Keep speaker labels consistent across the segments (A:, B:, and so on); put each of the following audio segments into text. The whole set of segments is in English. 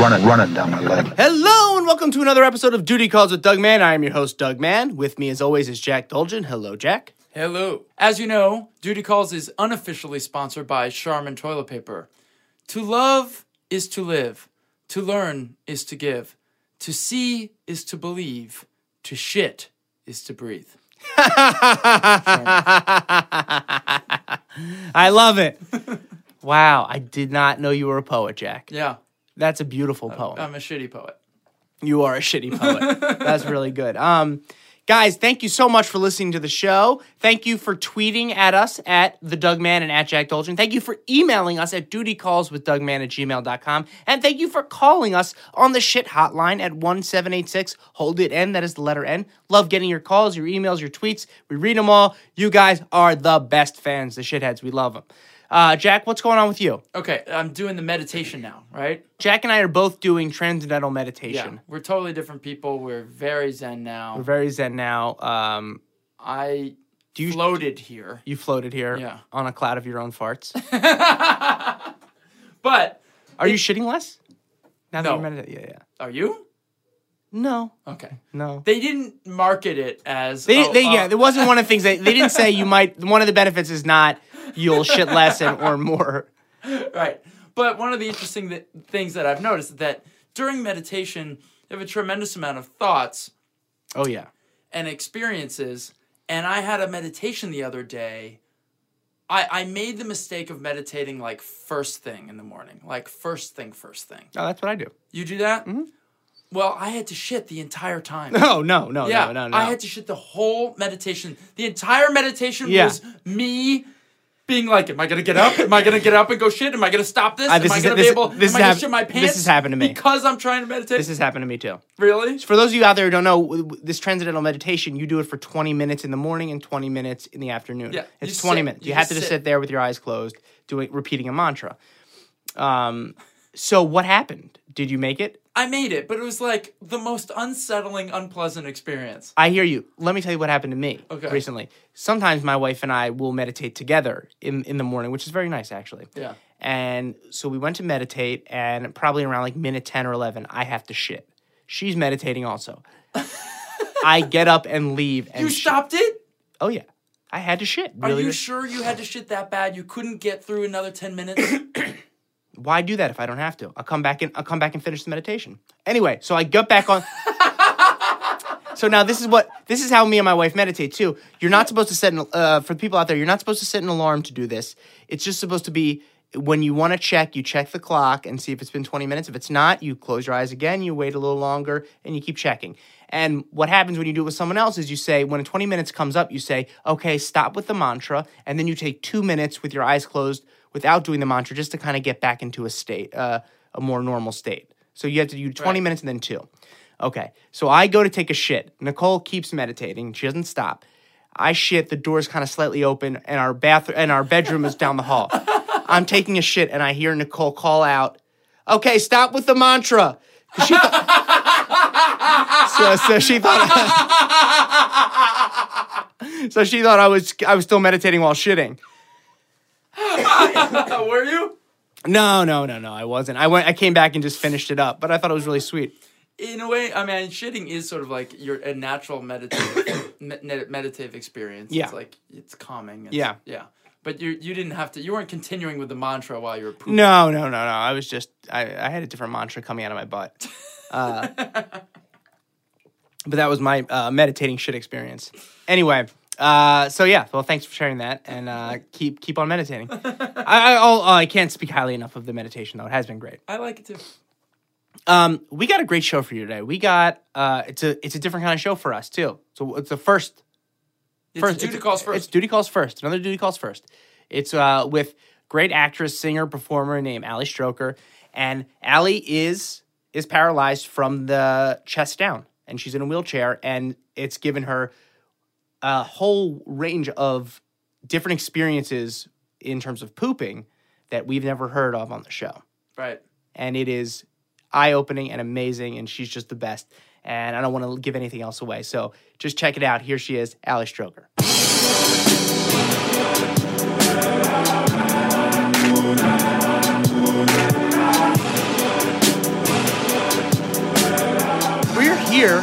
A: running, running down my leg.
B: Hello and welcome to another episode of Duty Calls with Doug Mann. I am your host, Doug Mann. With me, as always, is Jack Dolgen. Hello, Jack.
C: Hello. As you know, Duty Calls is unofficially sponsored by Charmin Toilet Paper. To love is to live. To learn is to give. To see is to believe. To shit is to breathe.
B: I love it. wow, I did not know you were a poet, Jack.
C: Yeah,
B: That's a beautiful poem.
C: I'm a shitty poet.
B: You are a shitty poet. That's really good. Um, guys, thank you so much for listening to the show. Thank you for tweeting at us at the Doug Man and at Jack Dolgen. Thank you for emailing us at dutycallswithdougman at gmail.com. And thank you for calling us on the shit hotline at 1786 Hold It N. That is the letter N. Love getting your calls, your emails, your tweets. We read them all. You guys are the best fans, the shitheads. We love them. Uh, Jack, what's going on with you?
C: Okay, I'm doing the meditation now, right?
B: Jack and I are both doing transcendental meditation.
C: We're totally different people. We're very zen now.
B: We're very zen now. Um,
C: I
B: you-
C: floated here.
B: You floated here
C: Yeah.
B: on a cloud of your own farts.
C: But
B: Are you shitting less? Now that
C: No.
B: you meant it, yeah, yeah.
C: are you?
B: No,
C: Okay.
B: no.
C: They didn't market it as
B: They,
C: oh,
B: they,
C: uh,
B: yeah, there wasn't one of the things they, they didn't say you might. One of the benefits is not you'll shit less and or more.
C: Right. But one of the interesting th- things that I've noticed is that during meditation, you have a tremendous amount of thoughts
B: Oh yeah,
C: and experiences. And I had a meditation the other day. I, I made the mistake of meditating like first thing in the morning, like first thing, first thing.
B: no, that's what I do.
C: You do that? Well, I had to shit the entire time.
B: No, Oh, no, no,
C: yeah,
B: no, no, no.
C: I had to shit the whole meditation. The entire meditation
B: Yeah.
C: was me being like, "Am I gonna get up? Am I gonna get up and go shit? Am I gonna stop this?
B: Uh,
C: Am
B: this
C: I
B: is-
C: gonna
B: this-
C: be able?
B: this
C: am
B: has
C: I gonna
B: hap-
C: shit my
B: this
C: pants?
B: has happened to me.
C: because I'm trying to meditate.
B: this has happened to me too.
C: really?
B: For those of you out there who don't know, w- w- this transcendental meditation, you do it for 20 minutes in the morning and 20 minutes in the afternoon.
C: Yeah, you
B: it's 20
C: sit.
B: minutes. You,
C: You
B: have
C: just
B: to just
C: sit.
B: sit there with your eyes closed, doing repeating a mantra. Um, so what happened? Did you make it?
C: I made it, but it was like the most unsettling, unpleasant experience.
B: I hear you. Let me tell you what happened to me
C: Okay.
B: recently. Sometimes my wife and I will meditate together in, in the morning, which is very nice actually.
C: Yeah.
B: And so we went to meditate, and probably around like minute 10 or 11, I have to shit. She's meditating also. I get up and leave. And
C: You
B: shit.
C: stopped it?
B: Oh yeah, I had to shit.
C: Are
B: Really?
C: you sure you had to shit that bad? You couldn't get through another ten minutes?
B: Why do that if I don't have to? I'll come back and I'll come back and finish the meditation. Anyway, so I get back on. so now this is what this is how me and my wife meditate too. You're not supposed to set an, uh, for the people out there. You're not supposed to set an alarm to do this. It's just supposed to be when you want to check. You check the clock and see if it's been 20 minutes. If it's not, you close your eyes again. You wait a little longer and you keep checking. And what happens when you do it with someone else is you say, when 20 minutes comes up, you say, okay, stop with the mantra. And then you take two minutes with your eyes closed without doing the mantra just to kind of get back into a state, uh, a more normal state. So you have to do 20 minutes and then two. Okay. So I go to take a shit. Nicole keeps meditating. She doesn't stop. I shit, the door's kind of slightly open and our bathroom and our bedroom is down the hall. I'm taking a shit and I hear Nicole call out, "Okay, stop with the mantra." 'Cause she thought- so, so she thought So she thought I was I was still meditating while shitting.
C: Oh, Were you?
B: No, no, no, no, I wasn't. I went I came back and just finished it up, but I thought it was really sweet.
C: in a way, I mean, shitting is sort of like your a natural meditative me- med- meditative experience.
B: Yeah.
C: it's like it's calming. It's,
B: Yeah.
C: yeah. But you you didn't have to. You weren't continuing with the mantra while you were pooping.
B: No, no, no, no. I was just I, I had a different mantra coming out of my butt. Uh, but that was my uh, meditating shit experience. Anyway, uh, so yeah. Well, thanks for sharing that, and uh, keep keep on meditating. I I, I'll, uh, I can't speak highly enough of the meditation though. It has been great.
C: I like it too.
B: Um, we got a great show for you today. We got uh, it's a it's a different kind of show for us too. So it's the first
C: It's
B: first,
C: duty
B: it's-
C: calls
B: It's
C: first.
B: duty calls first. Another duty calls first. It's uh, with great actress, singer, performer named Ali Stroker, and Ali is is paralyzed from the chest down, and she's in a wheelchair, and it's given her a whole range of different experiences in terms of pooping that we've never heard of on the show
C: right.
B: and it is eye opening and amazing. And she's just the best. And I don't want to give anything else away. So just check it out. Here she is, Alice Stroker. here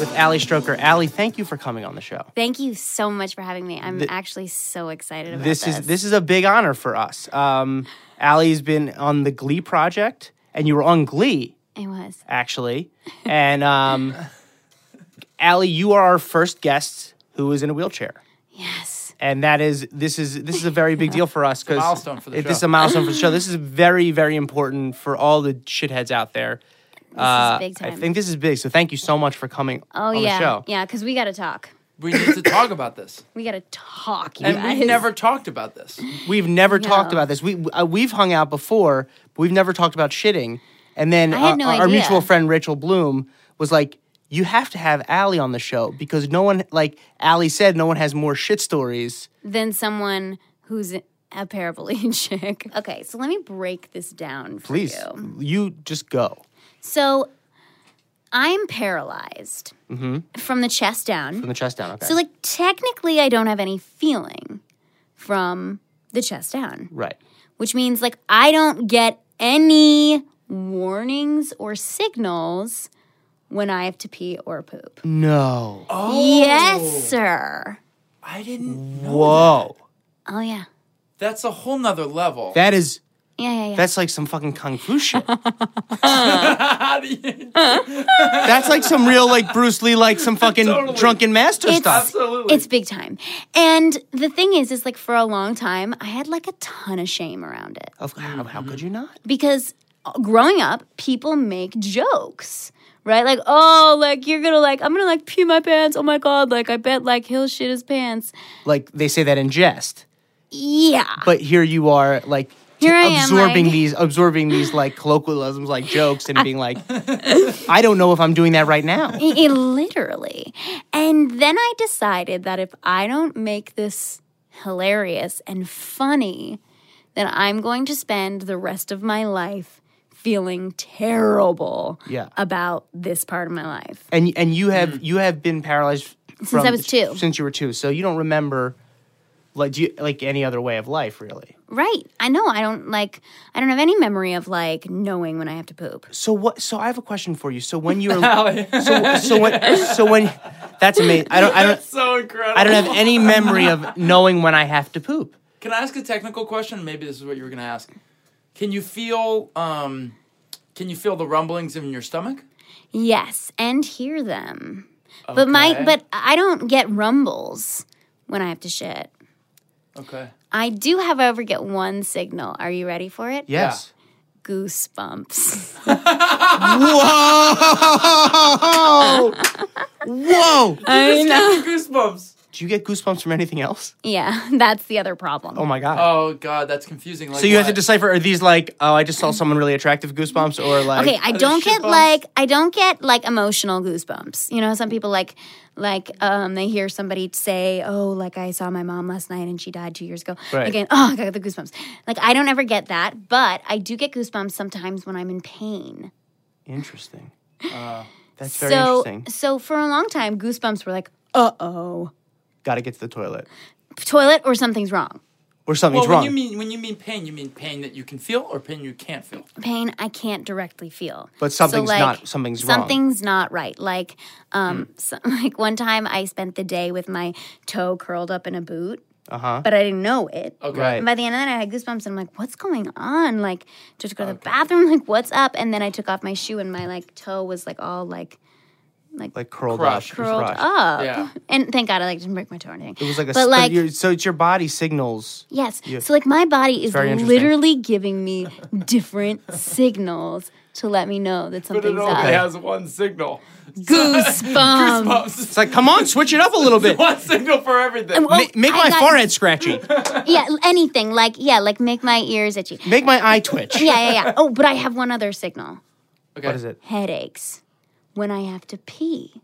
B: with Ali Stroker. Ali, thank you for coming on the show.
A: Thank you so much for having me. I'm actually so excited about
B: This is this is a big honor for us. Um, Ali's been on the Glee project, and you were on Glee
A: It was.
B: actually, and um, Ali, you are our first guest who is in a wheelchair.
A: Yes.
B: and that is this is this is a very big deal for us because
C: milestone for the
B: this is
C: show.
B: a milestone for the show. This is very very important for all the shitheads out there. This
A: is big
B: Uh, I
A: time.
B: think this is big. So thank you so much for coming
A: Oh
B: on
A: yeah.
B: the show.
A: Yeah, because we gotta talk.
C: We need to talk about this.
A: We gotta talk, you
C: And
A: guys.
C: we've never talked about this.
B: We've never talked
A: No.
B: about this. We uh, we've hung out before, but we've never talked about shitting. And then
A: I had
B: uh,
A: no
B: our, our
A: idea.
B: mutual friend Rachel Bloom was like, "You have to have Allie on the show because no one like Allie said, no one has more shit stories."
A: than someone who's a paraplegic. Okay, so let me break this down for
B: Please,
A: you.
B: you just go.
A: So I'm paralyzed from the chest down.
B: Mm-hmm. From the chest down, okay.
A: so like technically I don't have any feeling from the chest down.
B: right.
A: which means like I don't get any warnings or signals when I have to pee or poop.
B: No.
A: Yes, sir.
C: I didn't.
B: Whoa.
A: Oh yeah.
C: That's a whole nother level.
B: That is
A: Yeah, yeah, yeah.
B: that's like some fucking kung fu shit.
C: Absolutely.
B: that's like some real like Bruce Lee, like some fucking
C: Totally.
B: drunken master
A: It's-
B: stuff.
A: it's big time. And the thing is, is like for a long time, I had like a ton of shame around it.
B: Of- how, how could you not?
A: because growing up, people make jokes, right? Like, oh, like you're gonna like, I'm gonna like pee my pants. Oh my god, like I bet like he'll shit his pants.
B: Like they say that in jest,
A: Yeah,
B: but here you are like t-
A: Here I am,
B: absorbing
A: like-
B: these absorbing these like colloquialisms like jokes and being like I don't know if I'm doing that right now.
A: I- I- literally. And then I decided that if I don't make this hilarious and funny, then I'm going to spend the rest of my life feeling terrible
B: Yeah.
A: about this part of my life.
B: And and you have you have been paralyzed from-
A: I was two.
B: Since you were 2. So you don't remember like do you, like any other way of life really.
A: Right. I know I don't like I don't have any memory of like knowing when I have to poop.
B: So what? So I have a question for you. So when you were so so when so when that's amazing. I don't I don't
C: so incredible.
B: I don't have any memory of knowing when I have to poop.
C: Can I ask a technical question? Maybe this is what you were going to ask. Can you feel um can you feel the rumblings in your stomach?
A: Yes, and hear them. But my
C: Okay.
A: but I don't get rumbles when I have to shit.
C: Okay.
A: I do, however, get one signal. Are you ready for it?
B: Yes.
A: Goosebumps.
B: Whoa! Whoa!
A: I know.
C: Goosebumps.
B: Do you get goosebumps from anything else?
A: Yeah, that's the other problem.
B: Oh my god!
C: Oh god, that's confusing. Like
B: so you have to
C: what?
B: decipher: are these like, oh, I just saw someone really attractive goosebumps, or like,
A: okay, I
C: there
A: don't
C: shit
A: get
C: bumps?
A: like I don't get like emotional goosebumps. You know, some people like like um they hear somebody say, "Oh, like I saw my mom last night and she died 2 years ago."
B: Right.
A: Again, oh, I got the goosebumps. Like I don't ever get that, but I do get goosebumps sometimes when I'm in pain.
B: interesting. Uh, That's very
A: so
B: interesting.
A: so for a long time goosebumps were like, "Uh-oh,
B: Got to get to the toilet,
A: toilet or something's wrong."
B: or something's
C: Well,
B: wrong.
C: when you mean when you mean pain, you mean pain that you can feel or pain you can't feel.
A: pain I can't directly feel.
B: But something's not- something's wrong. Hmm.
A: Something's not right. Like, um, so- like one time I spent the day with my toe curled up in a boot,
B: uh huh.
A: but I didn't know it.
C: Okay.
B: Right.
A: And by the end of the night, I had goosebumps, and I'm like, "What's going on? Like, just go to the bathroom. Like, what's up?" And then I took off my shoe, and my like toe was like all like
B: Like curled
C: Crushed.
B: up,
A: curled
B: crushed.
A: up.
C: Yeah.
A: And thank God I like didn't break my toe or anything.
B: It was like a
A: but
B: but
A: like
B: so it's your body signals.
A: Yes. So like my body is
B: very interesting.
A: literally giving me different signals to let me know that something's up.
C: has one signal.
A: Goosebumps.
B: It's like, come on, switch Um, it up a little bit.
C: one signal for everything.
A: Well,
B: Ma- make
A: I
B: my
A: got-
B: forehead scratchy.
A: Yeah, anything like yeah, like make my ears itchy. Yeah,
B: Make my eye twitch.
A: yeah, yeah. Oh, but I have one other signal.
C: Okay.
B: What is it?
A: Headaches when I have to pee.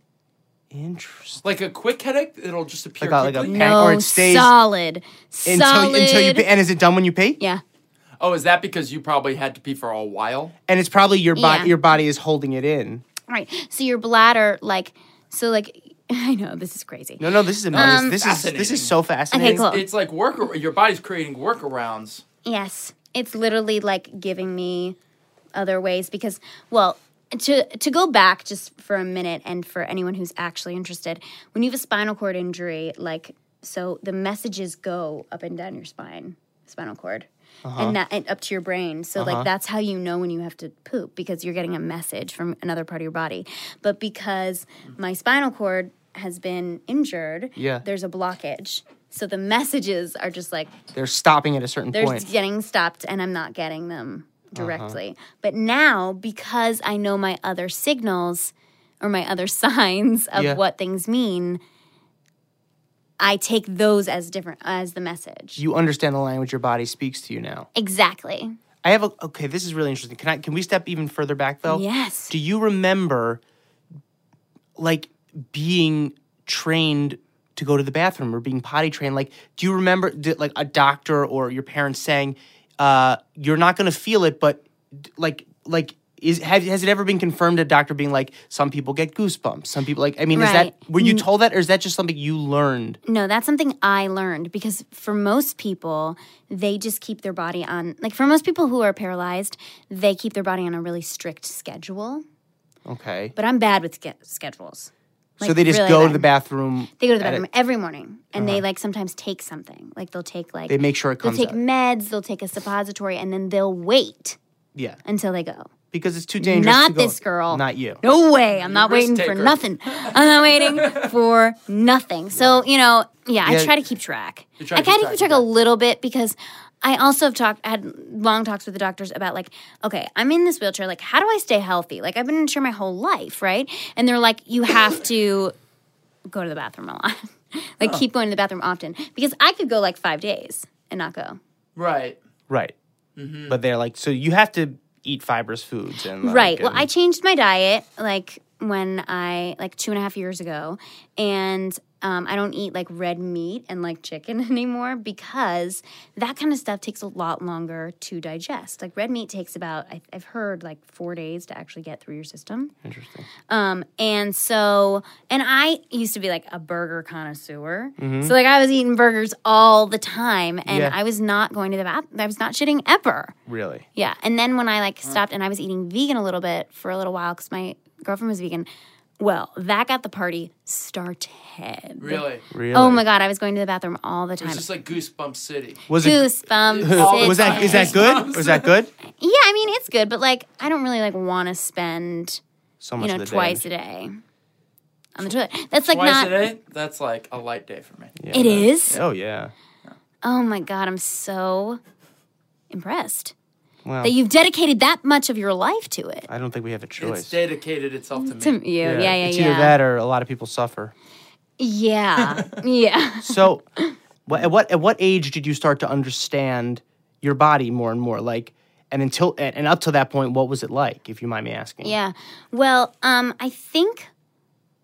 B: Interesting.
C: Like a quick headache, it'll just appear
B: Like a- like a
C: quickly.
B: pan-
A: No,
B: or it stays
A: solid.
B: Until,
A: Solid.
B: you- until you pee. And is it done when you pee?
A: yeah.
C: oh, is that because you probably had to pee for a while?
B: And it's probably your body.
A: Yeah.
B: Your body is holding it in.
A: All right. So your bladder like so like I know this is crazy.
B: No, no, this is amazing. this is this
C: Fascinating.
B: is so fascinating.
A: cool.
C: It's like work. Your body's creating workarounds.
A: Yes. It's literally like giving me other ways because, well, to to go back just for a minute and for anyone who's actually interested when you have a spinal cord injury like so the messages go up and down your spine spinal cord and that and up to your brain so like that's how you know when you have to poop because you're getting a message from another part of your body but because my spinal cord has been injured
B: Yeah.
A: there's a blockage so the messages are just like
B: They're stopping at a certain
A: they're
B: point.
A: just getting stopped and I'm not getting them
B: Uh-huh.
A: directly. But now, because I know my other signals or my other signs of
B: Yeah.
A: what things mean, I take those as different as the message.
B: You understand the language your body speaks to you now.
A: exactly.
B: I have a okay. This is really interesting. Can I? Can we step even further back though?
A: Yes.
B: Do you remember, like, being trained to go to the bathroom or being potty trained? Like, do you remember, did, like, a doctor or your parents saying, uh, "You're not going to feel it," but d- like, like. Is, have, has it ever been confirmed a doctor being like some people get goosebumps some people like i mean is that
A: Right. Mm.
B: were you told that or is that just something you learned
A: No, that's something I learned because for most people, they just keep their body on, like for most people who are paralyzed, they keep their body on a really strict schedule.
B: okay
A: But I'm bad with ske- schedules.
B: so
A: Like,
B: they just
A: really
B: go to
A: bad.
B: the bathroom
A: They go to the
B: at it.
A: bathroom every morning, and they like sometimes take something. Like they'll take like
B: they make sure it
A: they'll
B: comes
A: take
B: out.
A: meds, they'll take a suppository, and then they'll wait
B: yeah
A: until they go.
B: because it's too dangerous
A: Not
B: to go-
A: this girl.
B: not you
A: No way! I'm not
C: risk
A: waiting for
C: taker.
A: nothing. I'm not waiting for nothing. So you know, yeah,
B: Yeah.
A: I try to keep track. I
C: try to
A: kind
C: keep
A: of
C: track,
A: keep track a little bit because I also have talked had long talks with the doctors about like, okay, I'm in this wheelchair. Like, how do I stay healthy? Like, I've been in a chair my whole life, right? And they're like, you have to go to the bathroom a lot. like, keep going to the bathroom often because I could go like five days and not go.
C: Right.
B: Right. But they're like, so you have to eat fibrous foods and like,
A: right. Well,
B: and-
A: I changed my diet like when I like two and a half years ago, and um, I don't eat like red meat and like chicken anymore because that kind of stuff takes a lot longer to digest. Like red meat takes about I, I've heard like four days to actually get through your system.
B: interesting.
A: Um, and so, and I used to be like a burger connoisseur. So, like, I was eating burgers all the time, and
B: Mm-hmm. Yeah.
A: I was not going to the bathroom. I was not shitting ever.
B: Really.
A: Yeah. And then when I like stopped and I was eating vegan a little bit for a little while because my girlfriend was vegan, well, that got the party started.
C: Really.
B: Really.
A: Oh my God. I was going to the bathroom all the time.
C: It's just like goosebump city.
B: Was it?
A: Goosebumps.
B: Was that is that good? Was that good?
A: Yeah. I mean, it's good, but like, I don't really like want to spend,
B: So
A: you
B: much
A: know,
B: of the
A: twice
B: day.
A: a day on the toilet. That's like
C: Twice
A: not.
C: a day? That's like a light day for me.
B: Yeah,
A: It is.
B: Oh yeah.
A: Oh my God. I'm so impressed
B: Well,
A: that you've dedicated that much of your life to it.
B: I don't think we have a choice.
C: It's dedicated itself to me.
A: To you. Yeah. Yeah. Yeah.
B: it's either that or a lot of people suffer.
A: yeah. yeah.
B: So, what, at what at what age did you start to understand your body more and more? Like, and until and, and up to that point, what was it like? If you mind me asking.
A: Yeah. Well, um, I think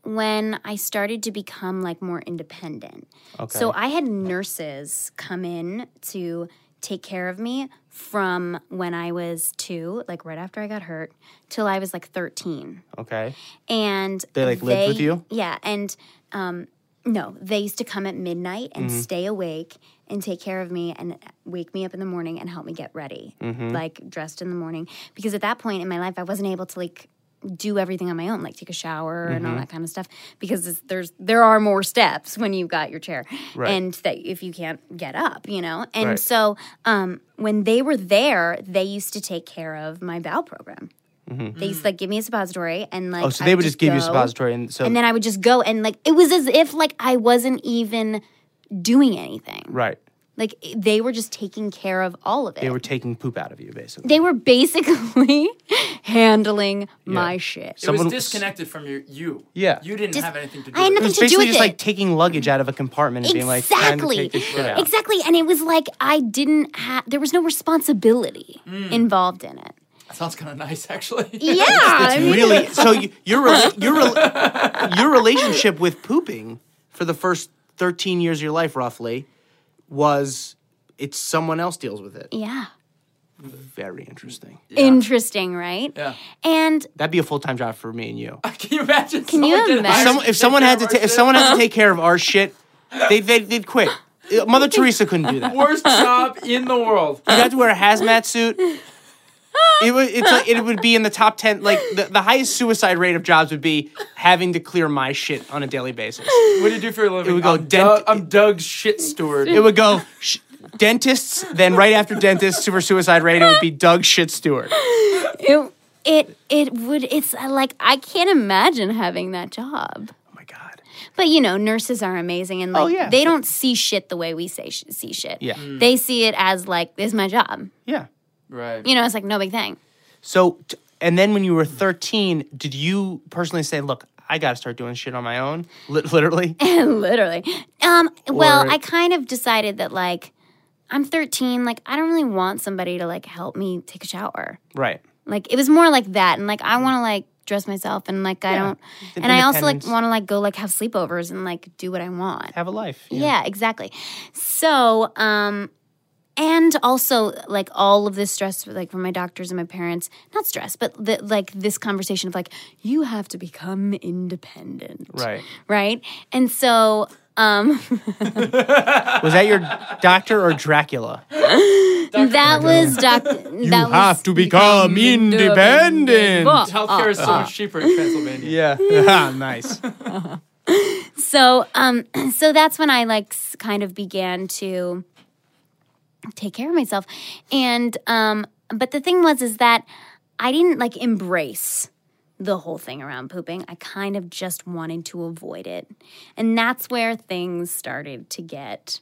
A: when I started to become like more independent.
B: Okay.
A: So I had nurses come in to take care of me from when I was two, like right after I got hurt, till I was like 13
B: Okay.
A: and
B: They, like, lived with you?
A: Yeah, and um, no, they used to come at midnight and
B: Mm-hmm.
A: stay awake and take care of me and wake me up in the morning and help me get ready,
B: Mm-hmm.
A: like dressed in the morning. Because at that point in my life, I wasn't able to like do everything on my own, like take a shower and
B: Mm-hmm.
A: all that kind of stuff. Because there's- there's there are more steps when you've got your chair,
B: Right.
A: and that if you can't get up, you know. And
B: Right.
A: so um, when they were there, they used to take care of my bowel program. They used to like give me a suppository and like
B: Oh, so
A: I
B: they would just give you a
A: go,
B: suppository, and so
A: and then I would just go and like it was as if like I wasn't even doing anything.
B: right,
A: Like they were just taking care of all of it.
B: they were taking poop out of you, basically.
A: They were basically handling my shit.
C: It was
B: Someone-
C: disconnected from your you.
B: Yeah.
C: You didn't have anything to do
A: I had
B: It
C: with
A: nothing
B: was
A: to do
B: basically
A: with
B: just
A: it.
B: like taking luggage out of a compartment and being like, time to
A: Exactly.
B: take this shit out.
A: Exactly. And it was like I didn't have there was no responsibility
B: Mm.
A: involved in it.
C: it. Sounds kind of nice, actually.
A: Yeah. I mean,
B: Really? So you, your rela- your rela- your relationship with pooping for the first thirteen years of your life, roughly, was it's someone else deals with it.
A: yeah.
B: Very interesting.
A: Interesting, right?
C: Yeah.
A: And
B: That'd be a full time job for me and you.
C: Can you imagine? Can
A: you imagine?
B: Some, if someone had to ta- if someone had to take care of our shit, they they they'd quit. Uh, Mother Teresa couldn't do that.
C: worst job in the world.
B: You have to wear a hazmat suit. It would it's like it would be in the top ten like the, the highest suicide rate of jobs would be having to clear my shit on a daily basis.
C: What do you do for a living? It
B: would go
C: I'm,
B: dent-
C: Doug, I'm Doug's shit steward.
B: It would go sh- dentists, then right after dentists for suicide rate, it would be Doug Oh Shit Stewart.
A: It it it would it's uh, like I can't imagine having that job.
B: Oh my god.
A: But you know, nurses are amazing and like
B: yeah.
A: they don't see shit the way we say sh- see shit.
B: Yeah.
A: They see it as like this is my job.
B: Yeah.
C: right.
A: You know, it's like no big thing.
B: So t- and then when you were 13, did you personally say, "Look, I got to start doing shit on my own?" Li- literally?
A: Literally. Um well,
B: Or-
A: I kind of decided that like I'm 13, like I don't really want somebody to like help me take a shower.
B: right.
A: Like it was more like that, and like I want to like dress myself, and like I don't,
B: an
A: and I also like
B: independence.
A: want to like go like have sleepovers and like do what I want.
B: Have a life.
A: Yeah, exactly. So, um, and also like all of this stress, like from my doctors and my parents, not stress, but the, like this conversation of like you have to become independent,
B: Right.
A: Right, and so. Um,
B: Was that your doctor or Dracula?
A: that was doc. You that was,
B: to become
A: Well,
C: Healthcare is so much cheaper in Transylvania.
B: Ah. Yeah. Ah, nice.
A: so um so that's when i like s- kind of began to take care of myself and um but the thing was is that i didn't like embrace the whole thing around pooping i kind of just wanted to avoid it and that's where things started to get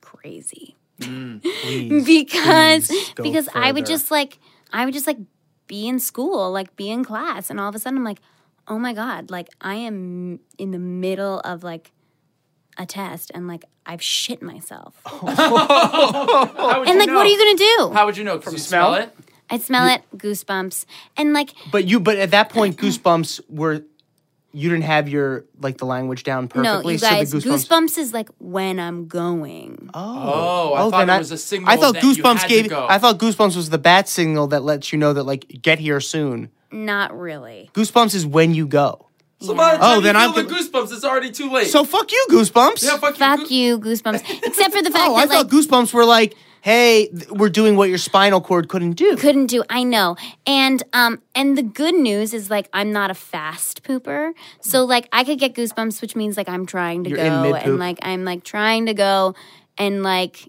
A: crazy
B: Please.
A: because
B: please go
A: because I would
B: further.
A: just like I would just like be in school, like be in class, and all of a sudden I'm like, oh my god, like I am in the middle of like a test, and like I've shit myself,
B: Oh,
C: How would
A: and
C: you
A: like
C: know?
A: what are you gonna do?
C: How would you know? From you smell
B: smell?
C: it?
A: I smell it, goosebumps, and like
B: But you but at that point goosebumps were you didn't have your like the language down
A: no,
B: perfectly
A: you guys,
B: so the
A: goosebumps. is like when I'm going.
C: Oh, I thought
B: then
C: it was a signal.
B: I thought
C: that you
B: goosebumps
C: had
B: gave.
C: To go.
B: I thought goosebumps was the bat signal that lets you know that like get here soon.
A: Not really.
B: Goosebumps is when you go.
C: So by the time
B: Oh,
C: you
B: then
C: feel
B: I'm
C: the
B: gonna-
C: goosebumps. It's already too late.
B: So fuck you, goosebumps.
C: yeah, fuck, you.
A: Fuck
C: Goos-
A: you, goosebumps. Except for the fact
B: oh, I
A: that
B: thought
A: like
B: goosebumps were like, hey, th- we're doing what your spinal cord couldn't do.
A: couldn't do i know and um and the good news is like i'm not a fast pooper so like i could get goosebumps which means like i'm trying to
B: You're in
A: go
B: mid-poop.
A: and like i'm like trying to go and like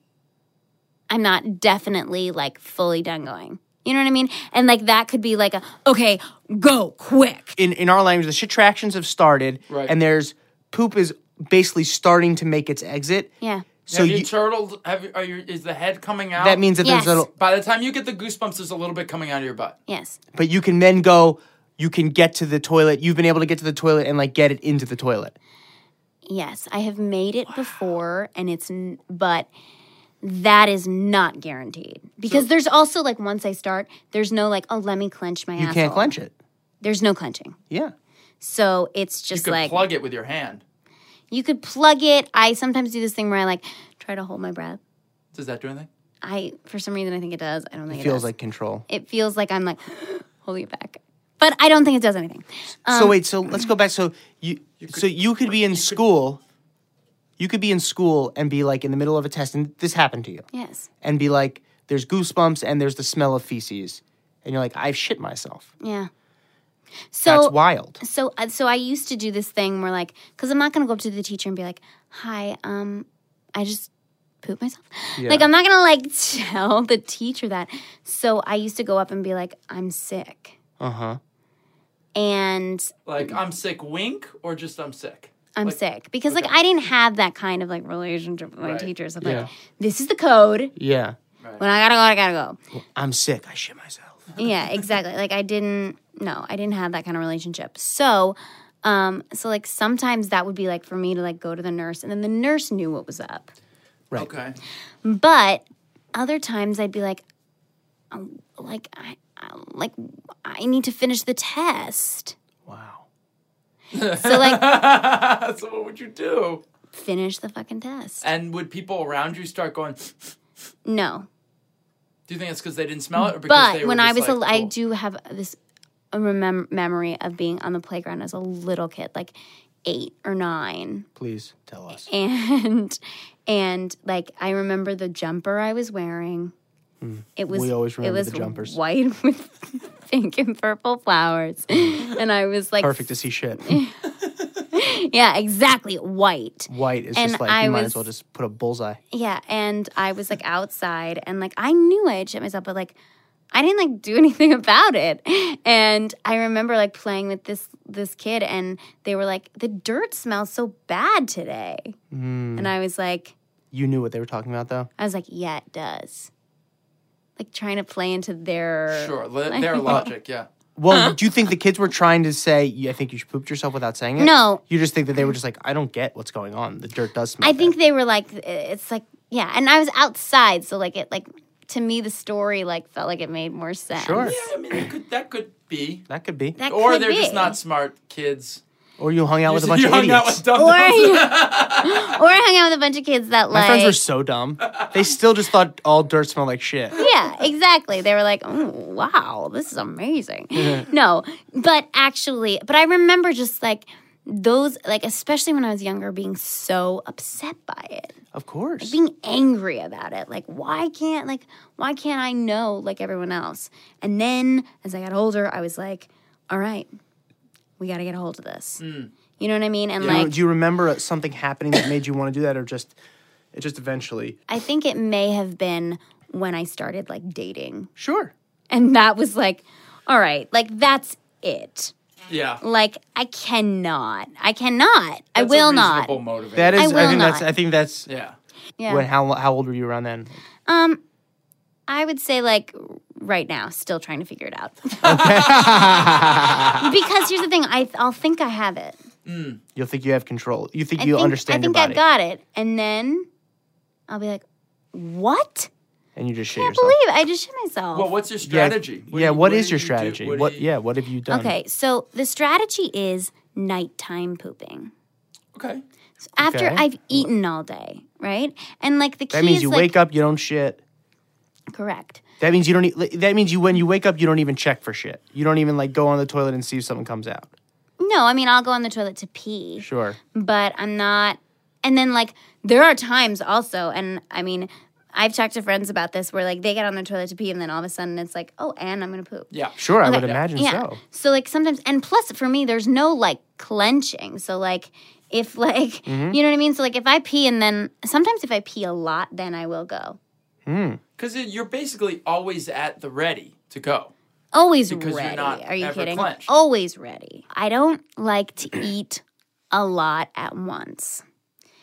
A: i'm not definitely like fully done going you know what i mean and like that could be like a okay go quick
B: in in our language, the shit tractions have started,
C: Right.
B: and there's poop is basically starting to make its exit.
A: yeah
B: So
C: have you,
B: you-
C: turtled? Have you, are your is the head coming out?
B: that means that
A: Yes.
B: there's little,
C: by the time you get the goosebumps, there's a little bit coming out of your butt.
A: yes
B: but you can then go. You can get to the toilet. You've been able to get to the toilet and like get it into the toilet.
A: yes i have made it before and it's n- but that is not guaranteed because there's also like once i start there's no like oh let me clench my
B: You can't
A: asshole.
B: clench it.
A: There's no clenching.
B: Yeah.
A: So it's
C: You
A: just
C: could
A: like
C: plug it with your hand.
A: you could plug it. I sometimes do this thing where I like try to hold my breath.
C: Does that do anything?
A: I for some reason I think it does. I don't think it,
B: Feels
A: does.
B: like control.
A: it feels like I'm like holding it back. But I don't think it does anything.
B: so wait, so let's go back. So you, so you could be in school, you could be in school and be like in the middle of a test, and this happened to you,
A: Yes.
B: and be like, there's goosebumps and there's the smell of feces, and you're like, I've shit myself.
A: Yeah.
B: That's
A: So
B: wild.
A: so uh, so I used to do this thing where like cuz I'm not going to go up to the teacher and be like, "Hi, um I just pooped myself." Like I'm not going to like tell the teacher that. So I used to go up and be like, "I'm sick."
B: Uh
C: Uh-huh.
B: huh.
A: And
C: Like I'm sick, wink, or just I'm sick.
A: I'm
C: Like-
A: sick because like
C: okay.
A: I didn't have that kind of like relationship with my
C: Right.
A: teachers. I'm
B: Yeah.
A: like, this is the code.
B: Yeah.
A: When I gotta go, I gotta
B: I'm sick. I shit myself.
A: go. yeah, exactly. Like I didn't. No, I didn't have that kind of relationship. So, um, so like sometimes that would be like for me to like go to the nurse, and then the nurse knew what was up.
B: Right.
C: Okay.
A: But other times I'd be like, um, like I, I like I need to finish the test.
B: Wow.
A: So like
C: so what would you do?
A: finish the fucking test.
C: And would people around you start going?
A: No,
C: Do you think it's because they didn't smell it, or because they
A: but
C: were
A: when I
C: just
A: was, a,
C: like,
A: I
C: cool?
A: do have this remem- memory of being on the playground as a little kid, like eight or nine,
B: Please tell us.
A: and and like I remember the jumper I was wearing, It was
B: Mm. We always remember
A: it was
B: the jumpers.
A: white with pink and purple flowers, and I was like,
B: Mm. Perfect to see shit.
A: Yeah, exactly, white.
B: White is
A: And
B: just like
A: I
B: you might
A: was-
B: as well just put a bullseye.
A: Yeah, and I was like outside, and like I knew I had shit myself, but like I didn't like do anything about it. And I remember like playing with this this kid, and they were like, "The dirt smells so bad today,"
B: Mm.
A: and I was like,
B: You knew what they were talking about though.
A: I was like, "Yeah, it does." Like trying to play into their
C: Sure, li- their logic, yeah.
A: Uh-huh.
B: Well, do you think the kids were trying to say, "Yeah, "I think you should poop yourself" without saying it"?
A: No.
B: You just think that they were just like, "I don't get what's going on. The dirt does smell."
A: I
B: bad."
A: think they were like, it's like, yeah. And I was outside, so like it, like to me, the story like felt like it made more sense.
B: Sure.
C: Yeah, I mean, that could, that could be.
B: that could be.
A: That
C: or
A: could
C: they're
A: be.
C: just not smart kids.
B: Or you hung out with a
C: You
B: bunch of
C: hung
B: idiots.
C: out with dumb
A: Or, or
C: dumbs.
A: I hung out with a bunch of kids that
B: My
A: like,
B: friends were so dumb. They still just thought all dirt smelled like shit.
A: yeah, exactly. They were like, oh wow, this is amazing. no, but actually, but I remember just like those, like especially when I was younger, being so upset by it.
B: Of course.
A: being angry about it like why can't like why can't i know like everyone else and then as i got older i was like all right we got to get a hold of this you know what i mean and
B: Do Mm. you-
A: like
B: do you remember something happening that made you want to do that, or just it just eventually?
A: i think it may have been when i started like dating
B: Sure.
A: and that was like all right like that's it
C: Yeah.
A: like i cannot i cannot i
C: That's a
A: will not
C: reasonable motivator.
B: That is. I,
A: I will
B: think that's.
A: not.
B: I think that's.
C: yeah.
A: yeah
B: When how how old were you around then?
A: um i would say like right now still trying to figure it out because here's the thing I, i'll think i have it
B: You'll think you have control. You think
A: I
B: you
A: think-
B: understand
A: I think
B: your body,
A: I got it. And then I'll be like, what?
B: and you just shit
A: I can't
B: yourself.
A: believe it. I just shit myself.
C: Well, what's your
B: Yeah,
C: strategy?
B: yeah.
C: do-
B: what is
C: do
B: your
C: you do?
B: strategy?
C: What? do
B: what?
C: you-
B: yeah. What have you done?
A: okay, so the strategy is nighttime pooping.
C: Okay.
A: So after
B: Okay.
A: I've eaten all day, right? And like the key
B: That means
A: is
B: you
A: like,
B: wake up, you don't shit.
A: correct.
B: That means you don't. e- That means you when you wake up, you don't even check for shit. You don't even like go on the toilet and see if something comes out.
A: No, I mean I'll go on the toilet to pee.
B: Sure.
A: but I'm not. And then like there are times also, and I mean, I've talked to friends about this where like they get on the toilet to pee, and then all of a sudden it's like, oh, and I'm gonna poop.
C: Yeah.
B: Sure. I
A: Okay.
B: would imagine
A: Yeah.
B: so.
A: So like sometimes, and plus for me, there's no like clenching. So like if like
C: Mm-hmm.
A: you know what I mean. So like if I pee and then sometimes if I pee a lot, then I will go.
C: Because you're basically always at the ready to go.
A: Always
C: Because you're
A: ready.
C: not
A: Are you
C: ever
A: kidding?
C: clenched.
A: Always ready. I don't like to eat a lot at once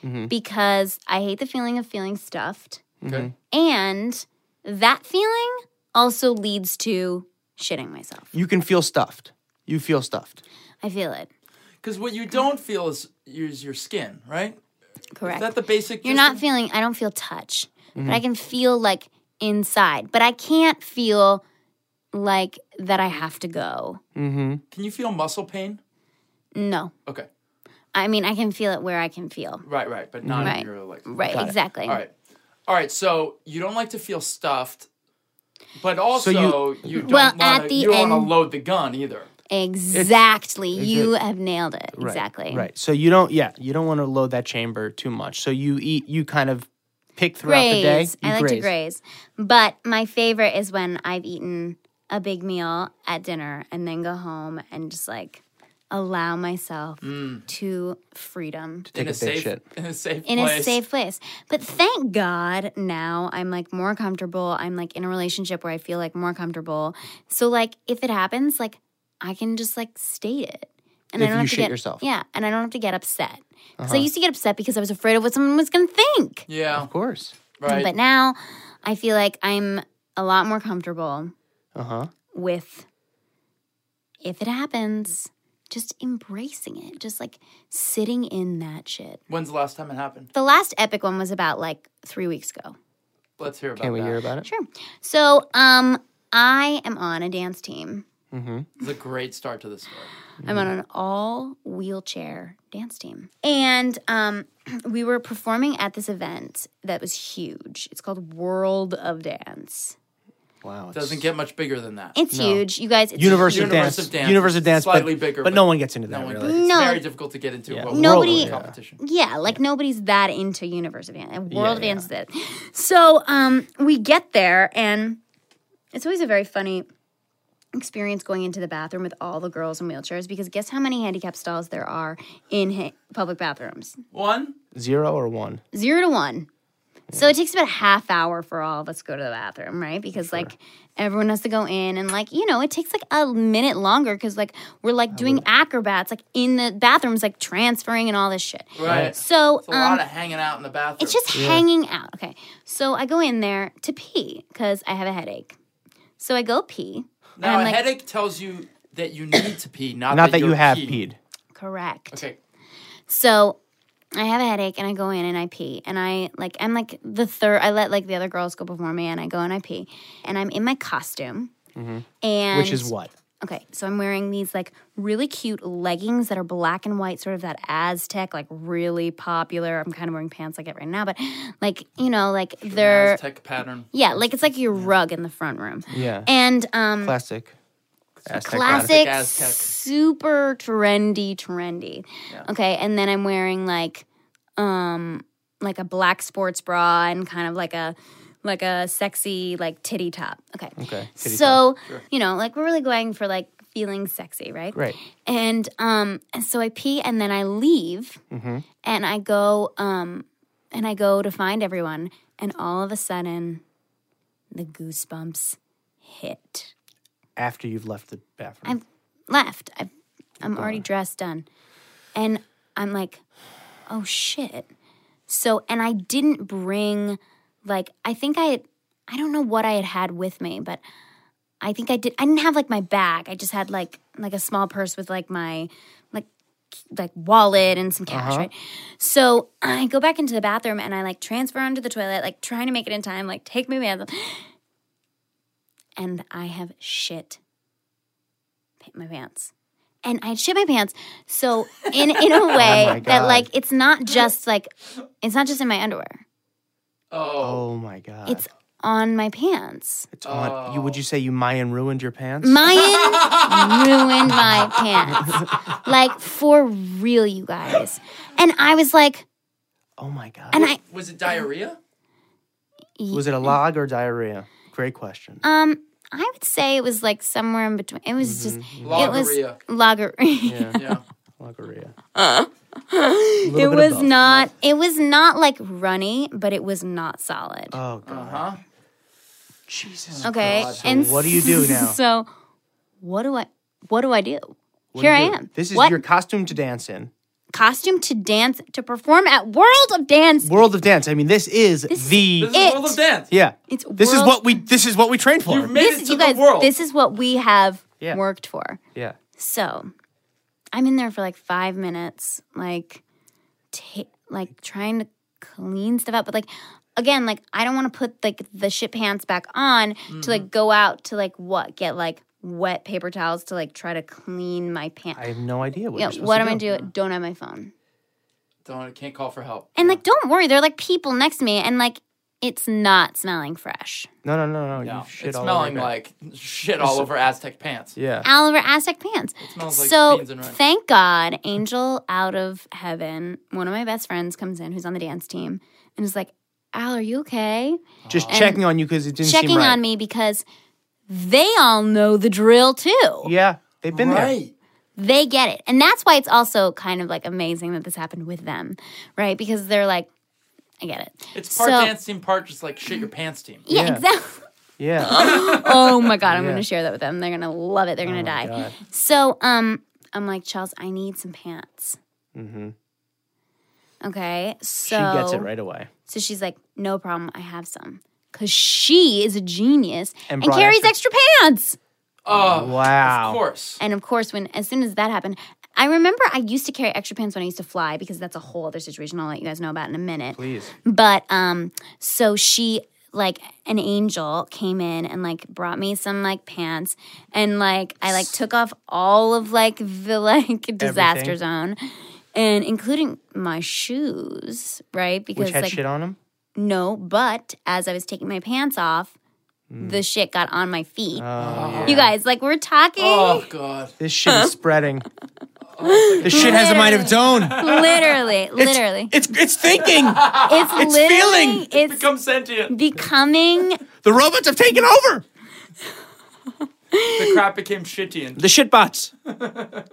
C: Mm-hmm.
A: because I hate the feeling of feeling stuffed.
C: Okay.
A: And that feeling also leads to shitting myself.
B: You can feel stuffed. You feel stuffed.
A: I feel it.
C: Because what
A: Mm.
C: you don't feel is, is your skin, right? Is
A: Correct.
C: that the basic?
A: You're
C: gist
A: not feeling, I don't feel touch, but
B: Mm-hmm.
A: I can feel like inside, but I can't feel like that I have to go.
C: of- Can you feel muscle pain?
A: No.
C: Okay.
A: I mean, I can feel it where I can feel.
C: Right, right, but not
A: Right.
C: in your like.
A: Right,
B: Got it.
A: exactly.
C: All right, all right. So you don't like to feel stuffed, but also
B: you-
C: you, don't
A: Well,
C: wanna,
A: at the
C: you don't want
A: end-
C: to load the gun either.
A: Exactly. you have nailed it.
B: Right,
A: Exactly.
B: Right. So you don't. Yeah. You don't want to load that chamber too much. So you eat. You kind of pick throughout the day.
A: Graze.
B: You
A: I like to graze. But my favorite is when I've eaten a big meal at dinner and then go home and just like allow myself
B: Mm.
A: to freedom.
B: Take
C: in
B: a
C: a
B: big
C: safe,
B: shit.
C: in a safe
A: in
C: place.
A: a safe place. But thank God now I'm like more comfortable. I'm like in a relationship where I feel like more comfortable. So like if it happens, like I can just like state it. And
B: If
A: I don't
B: you
A: have to
B: shit
A: get
B: yourself. Uh-huh.
A: Yeah. And I don't have to get upset. Because I used to get upset because I was afraid of what someone was gonna think.
C: Yeah,
B: Of course.
C: right.
A: But now I feel like I'm a lot more comfortable
B: Uh huh.
A: with if it happens, just embracing it, just like sitting in that shit.
C: When's the last time it happened?
A: The last epic one was about like three weeks ago.
C: Let's hear about
B: Can we
C: that.
B: hear about it?
A: Sure. So, um, I am on a dance team.
C: It's a great start to the story.
A: I'm on an all wheelchair dance team, and um, we were performing at this event that was huge. It's called World of Dance,
B: Wow. it's-
C: Doesn't get much bigger than that.
A: It's
B: No.
A: huge, you guys. It's
B: Universe, of
A: huge.
B: dance,
C: Universe of Dance.
B: Universe of dance,
C: Slightly
B: but,
C: bigger,
B: but
C: but
B: no one gets into
C: No
B: that
C: one
B: really.
C: It's
A: No.
C: very difficult to get into.
B: Yeah.
C: but
A: Nobody-
C: world competition.
A: Yeah, like nobody's that into Universe of Dance. World of
B: yeah.
A: Dance is it. So um, we get there, and it's always a very funny experience going into the bathroom with all the girls in wheelchairs because guess how many handicap stalls there are in ha- public bathrooms?
C: One.
B: Zero or one.
A: Zero to one. So it takes about a half hour for all of us to go to the bathroom, right? Because like everyone has to go in and like, you know, it takes like a minute longer because like we're like doing acrobats like in the bathrooms, like transferring and all this shit.
C: Right. It's
A: So
C: a
A: um,
C: lot of hanging out in the bathroom.
A: it's just hanging out. Okay. So I go in there to pee because I have a headache. So I go pee.
C: now
A: I'm
C: a
A: like-
C: headache tells you that you need to pee, not,
B: Not that
C: you're
B: you have
C: peeing.
B: peed.
A: Correct.
C: Okay.
A: So I have a headache and I go in and I pee and I like I'm like the third I let like the other girls go before me and I go and I pee and I'm in my costume and
B: Mm-hmm. Which is what?
A: okay so I'm wearing these like really cute leggings that are black and white sort of that Aztec like really popular I'm kind of wearing pants like it right now but like you know like they're
C: Aztec pattern.
A: yeah like it's like your rug in the front room
B: Yeah.
A: and um
B: Classic. Aztec
A: classic,
C: Aztec.
A: super trendy, trendy. Okay, and then I'm wearing like, um, like a black sports bra and kind of like a, like a sexy like titty top. Okay.
B: Okay. Titty top.
A: So you know, like we're really going for like feeling sexy, right?
B: Right.
A: And um, and so I pee and then I leave
B: Mm-hmm.
A: and I go um, and I go to find everyone and all of a sudden, the goosebumps hit.
B: After you've left the bathroom.
A: I've left. I've, I'm already dressed, done. And I'm like, oh shit. So, and I didn't bring, like, I think I, I don't know what I had had with me, but I think I did, I didn't have like my bag. I just had like, like a small purse with like my, like, like wallet and some cash,
B: Uh-huh.
A: right? So I go back into the bathroom and I like transfer onto the toilet, like trying to make it in time, like take my bath, and I have shit pa- my pants. And I shit my pants. So in in a
B: Oh my
A: way that
B: God.
A: like it's not just like it's not just in my underwear.
C: Oh.
B: oh my god.
A: It's on my pants.
B: It's on. You would
C: Oh.
B: you say you Mayan ruined your pants?
A: Mayan ruined my pants. Like for real, you guys. And I was like,
B: oh my god.
A: and I
C: Was it diarrhea?
B: was it a log or diarrhea? Great question.
A: um I would say it was like somewhere in between. It was just
C: Logorrhea.
A: it was lager.
C: Yeah.
B: Logorrhea.
A: uh,
C: Uh-huh.
A: it was not it was not like runny, but it was not solid.
B: Oh god.
C: Uh huh.
B: Jesus.
A: Okay.
C: God. So
A: and
B: what do you do now?
A: So, what do I? What do I do?
B: What do
A: Here
B: you
A: I
B: do?
A: am.
B: This is
A: What
B: your costume to dance in.
A: costume to dance to perform at World of Dance.
B: World of Dance. I mean, this is the
C: This is
A: It-
C: world of dance.
B: yeah.
A: It's
B: this is
A: world-
B: what we this is what we trained for.
C: You made
A: This
C: it
A: is
C: to
A: you guys.
C: the world.
A: This is what we have
B: Yeah.
A: worked for.
B: yeah.
A: So, I'm in there for like five minutes, like, ta- like trying to clean stuff up, but like. Again, like I don't want to put like the shit pants back on to
B: Mm-hmm.
A: like go out to like what get like wet paper towels to like try to clean my pants.
B: I have no idea what
A: Yeah,
B: you're supposed
A: what
B: to
A: am I
B: do.
A: do? Don't have my phone.
C: Don't can't call for help.
A: And like, don't worry, they're like people next to me, and like, it's not smelling fresh.
B: No, no, no, no.
C: No,
B: you shit
C: it's
B: all
C: smelling
B: over your-
C: like shit all over Aztec pants.
B: Yeah.
A: Oliver Aztec pants.
C: smells like
A: so
C: beans and rice.
A: thank God, Angel out of heaven, one of my best friends comes in who's on the dance team, and is like, "Al, are you okay?"
B: Just checking on you because it didn't
A: Checking
B: seem right.
A: on me because they all know the drill too.
B: Yeah, they've been there.
C: Right.
A: they get it. And that's why it's also kind of like amazing that this happened with them, right? Because they're like, I get it.
C: It's part
A: So-
C: dance team, part just like shit your pants team.
A: Yeah,
B: Yeah.
A: exactly.
B: Yeah.
A: Oh my god, I'm
B: Yeah. Oh
A: gonna share that with them. They're gonna love it. They're gonna die.
B: God.
A: So, um, I'm like, Chels, I need some pants.
B: hmm
A: Okay, so
B: she gets it right away.
A: So she's like, no problem, I have some. Cause she is a genius
B: And
A: and,
B: brought
A: carries
B: extra-
A: extra pants.
C: Oh,
B: Wow.
C: Of course.
A: And of course, when as soon as that happened, I remember I used to carry extra pants when I used to fly because that's a whole other situation I'll let you guys know about in a minute.
B: Please.
A: But um, so she like an angel came in and like brought me some like pants and like I like took off all of like the like disaster
B: Everything.
A: zone and including my shoes, right? Because
B: Which had
A: like
B: shit on him.
A: no, but as I was taking my pants off, the shit got on my feet. You guys, like we're talking
C: Oh God.
B: This shit is spreading.
D: This shit has a mind of its own.
A: literally, literally.
D: It's it's thinking.
A: It's, literally
D: feeling.
A: it's
C: Become sentient.
A: becoming
D: The robots have taken over.
C: The crap became shittian.
B: The shit bots.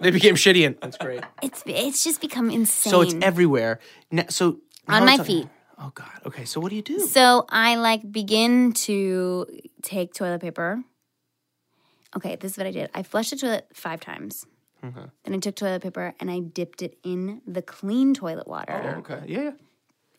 B: They became shittian. That's great.
A: it's it's just become insane.
B: So it's everywhere. Now, so
A: on
B: now
A: my
B: it's
A: feet.
B: Oh God. Okay. So what do you do?
A: So I like begin to take toilet paper. Okay, this is what I did. I flushed the toilet five times.
B: Mm-hmm.
A: Then I took toilet paper and I dipped it in the clean toilet water.
B: okay. Yeah. yeah.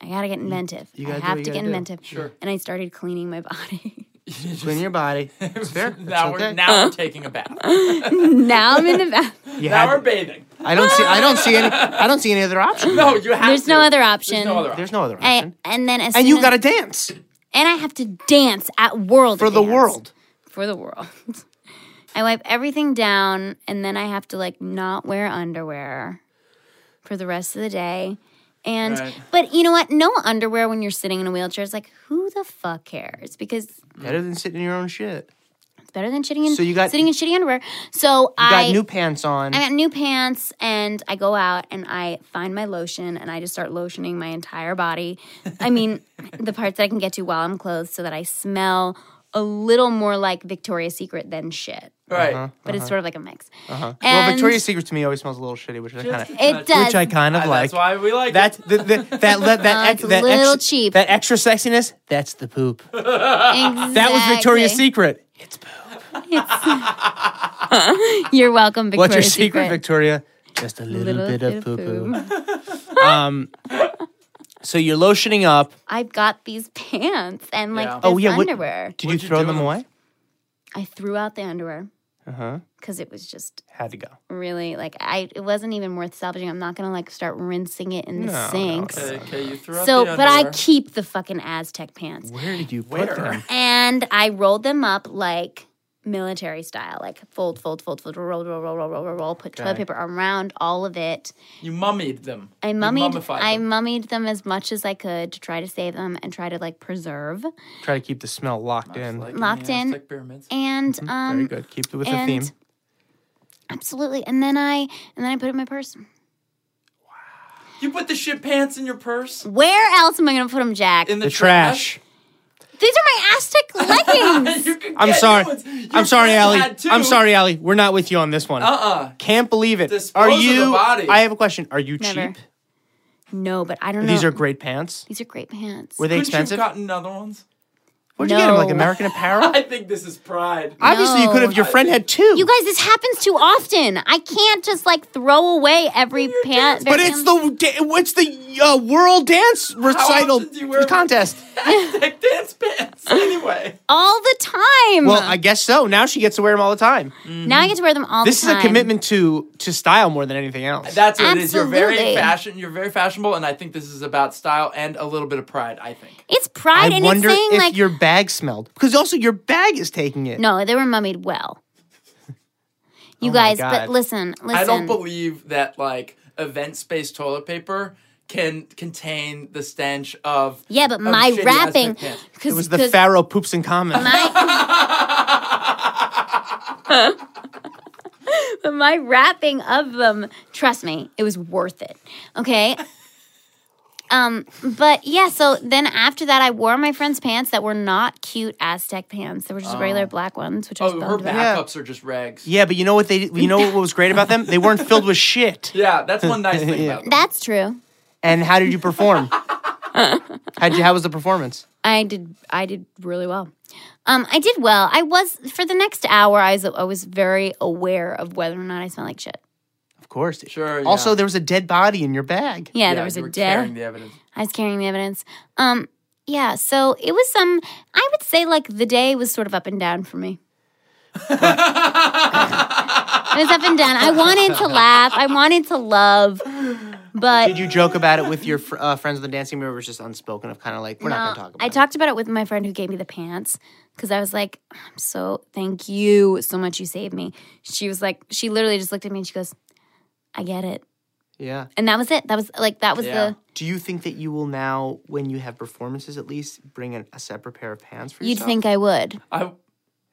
A: I gotta get inventive.
B: Oh. you
A: I
B: gotta do
A: have
B: what you
A: to
B: gotta
A: get
B: do.
A: inventive.
C: Sure.
A: And I started cleaning my body.
B: Clean your body. It's fair.
C: now
B: It's
C: we're
B: okay.
C: now we're taking a bath.
A: now I'm in the bathroom.
B: You
C: Now
B: had-
C: we're bathing.
B: I don't see. I don't see any. I don't see any other option.
C: No, you have.
A: There's
C: to.
A: no other option.
C: There's no other option.
B: There's no other
A: I,
B: option.
A: and then as
B: and
A: soon
B: you
A: as-
B: got to dance
A: and I have to dance at world
B: for the
A: Dance.
B: world.
A: for the world. I wipe everything down and then I have to like not wear underwear for the rest of the day. And
C: Right.
A: but you know what? No underwear when you're sitting in a wheelchair is like who the fuck cares? Because
B: Better than sitting in your own shit.
A: it's better than shitting in
B: So you got-
A: sitting in shitty underwear. So
B: You
A: I
B: got new pants on.
A: I got new pants and I go out and I find my lotion and I just start lotioning my entire body. I mean, the parts that I can get to while I'm clothed so that I smell a little more like Victoria's Secret than shit.
C: Right.
B: Uh-huh.
C: Uh,
A: but it's sort of like a mix. Uh-huh.
B: well, Victoria's Secret to me always smells a little shitty, which I kind of.
A: It does.
D: Which I kind of like.
C: That's why we like.
B: That's the, the, that that that ex-
A: it's a
B: that
A: little
B: extra,
A: cheap.
B: That extra sexiness. That's the poop.
A: exactly.
D: That was Victoria's Secret.
A: You're welcome, Victoria's
D: What's your secret,
A: Secret.
D: Victoria? Just a little, bit, of poo poo. Um,
B: So you're lotioning up.
A: I've got these pants and like
C: Yeah.
A: this
B: Oh, yeah, what-
A: underwear.
B: Did
C: What'd
B: you
C: you
B: throw
C: do
B: them
C: with-
B: away?
A: I threw out the underwear
B: Uh huh.
A: because it was just
B: Had to go.
A: really like I. It wasn't even worth salvaging. I'm not gonna like start rinsing it in
B: No,
A: the
B: no,
A: sinks.
C: Okay, okay, you threw out
A: So,
C: the
A: but I
C: underwear.
A: keep the fucking Aztec pants,
B: Where did you
C: Where?
B: put them?
A: and I rolled them up like military style, like fold, fold, fold, fold, roll, roll, roll, roll, roll, roll, roll. Put toilet
B: Okay.
A: paper around all of it.
C: You mummied them.
A: I
C: You
A: mummied
C: mummified
A: I
C: them.
A: mummied them as much as I could to try to save them and try to like preserve.
B: Try to keep the smell locked in.
C: Like the
A: locked in.
C: Aztec pyramids.
A: And
B: Mm-hmm. Very
A: um
B: good. Keep it with the
A: and
B: theme.
A: absolutely. And then I and then I put it in my purse.
C: You put the shit pants in your purse.
A: Where else am I gonna put them, Jack?
C: In the,
B: The trash.
A: These are my Aztec leggings.
C: You could
B: I'm
C: get
B: sorry.
C: new ones. Your
B: I'm sorry,
C: friend
B: Allie.
C: had two.
B: I'm sorry, Allie. We're not with you on this one.
C: Uh-uh.
B: Can't believe it.
C: Dispose
B: are
C: of the
B: you?
C: body.
B: I have a question. Are you
A: Never.
B: cheap?
A: no, but I don't know.
B: These are great pants.
A: these are great pants.
B: Were they
C: Couldn't
B: expensive?
C: you have gotten other ones?
B: Where'd you get them? Like
A: No.
B: American Apparel?
C: I think this is pride.
B: Obviously, you could have.
A: No.
B: Your friend had two.
A: you guys, this happens too often. I can't just like throw away every pant.
B: but it's the da- it's the uh, world dance recital
C: often do you wear-
B: contest.
C: Aztec dance pants. Anyway.
A: all the time.
B: Well, I guess so. Now she gets to wear them all the time.
A: now I get to wear them all
B: This
A: the
B: is
A: time.
B: a commitment to to style more than anything else.
C: That's what it is. You're very
A: Absolutely.
C: fashion. You're very fashionable, and I think this is about style and a little bit of pride. I think.
A: It's pride
B: I
A: and
B: wonder
A: it's saying
B: if
A: like
B: your bag smelled because also your bag is taking it.
A: No, they were mummied well. You
B: Oh my
A: guys,
B: God.
A: but listen, listen.
C: I don't believe that like event space toilet paper can contain the stench of
A: Yeah, but
B: oh,
C: of
A: my
C: shitty
A: wrapping,
C: Aztec pants.
A: because
B: it was the Pharaoh poops and common.
A: my, But my wrapping of them. Trust me, it was worth it. Okay. Um, but yeah, so then after that, I wore my friend's pants that were not cute Aztec pants. They were just regular black ones, which I was
C: Oh, her
A: bummed about.
C: backups are just rags. Yeah,
B: Yeah, but you know what they you know what was great about them? They weren't filled with shit.
C: that's one nice thing about them.
A: That's true.
B: And how did you perform? How'd you, how was the performance?
A: I did. I did really well. Um, I did well. I was for the next hour. I was. I was very aware of whether or not I smelled like shit.
B: Of course.
C: Sure,
B: Also,
C: yeah.
B: there was a dead body in your bag.
A: Yeah,
C: Yeah,
A: there was
C: you
A: a
C: were carrying
A: dead.
C: the evidence.
A: I was carrying the evidence. Um, yeah. So it was some. I would say like the day was sort of up and down for me. it was up and down. I wanted to laugh. I wanted to love, but
B: Did you joke about it with your fr- uh, friends on the dancing mirror? It was just unspoken of kind of like we're not
A: No,
B: going to talk about.
A: I
B: it.
A: talked about it with my friend who gave me the pants because I was like, I'm so thank you so much. You saved me. She was like, she literally just looked at me and she goes, I get it.
B: Yeah.
A: And that was it. That was like that was
C: Yeah.
A: the
B: Do you think that you will now, when you have performances at least, bring an, a separate pair of pants for
A: you'd
B: yourself?
A: think I would.
C: I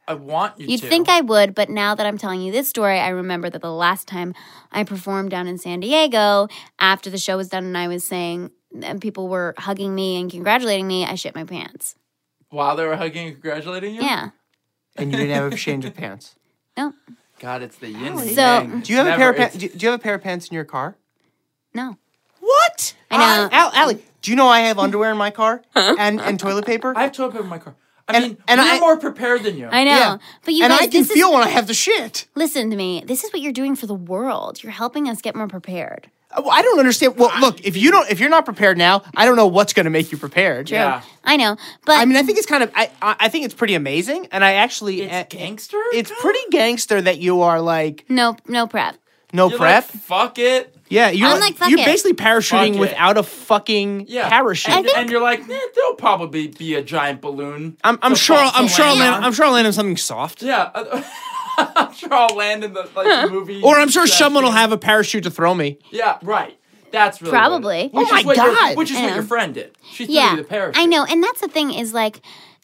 C: I want you
A: You'd
C: to.
A: think I would, but now that I'm telling you this story, I remember that the last time I performed down in San Diego, after the show was done and I was saying and people were hugging me and congratulating me, I shit my pants.
C: while they were hugging and congratulating you?
A: Yeah.
B: and you didn't have a change of pants.
A: No.
C: God, it's the yin and
A: So-
C: yang.
B: Do you have
C: Never-
B: a pair of
C: it's-
B: pants? Do, do you have a pair of pants in your car?
A: No.
B: What?
A: I know.
B: Al- Allie, do you know I have underwear in my car and and toilet paper?
C: I have toilet paper in my car. I
B: And-
C: mean,
B: and
C: we're
B: I-
C: more prepared than you.
A: I know.
B: Yeah.
A: But you
B: and
A: guys
B: I can
A: this
B: feel
A: is,
B: when I have the shit.
A: listen to me. This is what you're doing for the world. You're helping us get more prepared.
B: I Uh, I don't understand. Well, look, if you don't, if you're not prepared now, I don't know what's going to make you prepared.
C: Yeah.
A: I know. But
B: I mean, I think it's kind of, I, I I think it's pretty amazing, and I actually,
C: It's
B: eh,
C: gangster?
B: It's pretty gangster that you are like
A: no no prep.
B: no
C: You're
B: Oh, prep.
C: like, fuck it.
B: yeah, you're
A: I'm like, fuck
B: you're
A: it.
B: basically
C: Fuck
B: parachuting
C: it.
B: without a fucking
C: Yeah.
B: parachute.
C: And,
A: I think-
C: and you're like, eh, there'll probably be a giant balloon.
B: I'm, I'm
C: to
B: sure
C: fall- to
B: I'm sure I'll
C: land
B: land,
C: on.
B: I'm sure I'll land on something soft.
C: Yeah. I'm sure I'll land in the like, movie.
B: Or I'm sure
C: set
B: someone will
C: thing.
B: have a parachute to throw me.
C: Yeah, right. That's really
A: Probably.
B: Oh
C: What it is. Which is
B: my
C: what your-
B: God.
C: which is what
A: Yeah.
C: your friend did. She threw
A: yeah,
C: you the parachute.
A: I know, and that's the thing is like,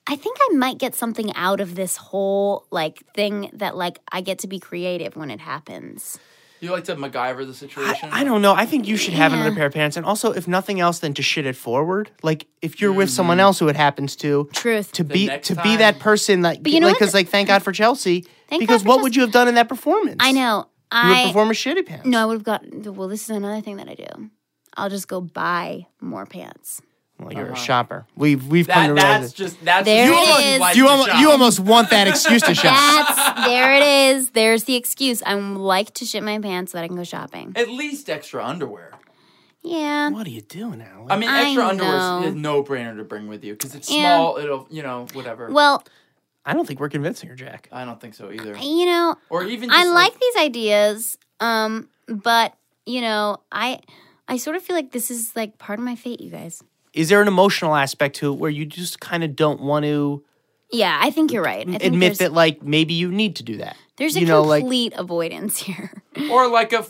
A: I think I might get something out of this whole like thing that like I get to be creative when it happens.
C: You like to MacGyver the situation.
B: I don't know. I think you should have another
A: Yeah.
B: pair of pants, and also, if nothing else, than to shit it forward. Like if you're with someone else who it happens to,
A: Truth.
B: to be
C: Mm-hmm. next
B: to be
C: time.
B: that person. Like,
A: But you know
B: like,
A: what?
B: because like, thank God for Chelsea.
A: Thank
B: because
A: God for
B: what
A: Chelsea.
B: would you have done in that performance?
A: I know.
B: You would
A: I
B: perform a shitty pants.
A: no, I would have gotten. Well, this is another thing that I do. I'll just go buy more pants.
B: well, you're a shopper. We've we've come to
C: Uh-huh. That,
B: realize
C: that's
B: it.
C: just that's
A: There
C: just,
A: it
C: you almost
A: is.
C: like
B: you
C: the
B: almost
C: shot.
B: you almost want that excuse to shop.
A: That's there. It is. There's the excuse. I like to shit my pants so that I can go shopping.
C: at least extra underwear.
A: Yeah.
B: what are you doing, Alan?
C: I mean,
A: I
C: extra underwear
A: know.
C: is a no-brainer to bring with you because it's
A: Yeah.
C: small. It'll, you know, whatever.
A: Well,
B: I don't think we're convincing her, Jack.
C: I don't think so either.
A: you know,
C: Or even just
A: I like these ideas, um, but you know, I I sort of feel like this is like part of my fate, you guys.
B: Is there an emotional aspect to it where you just kind of don't want to
A: Yeah, I think you're right. I think
B: admit
A: there's,
B: that, like maybe you need to do that?
A: there's a
B: you know, like
A: complete avoidance here.
C: or like a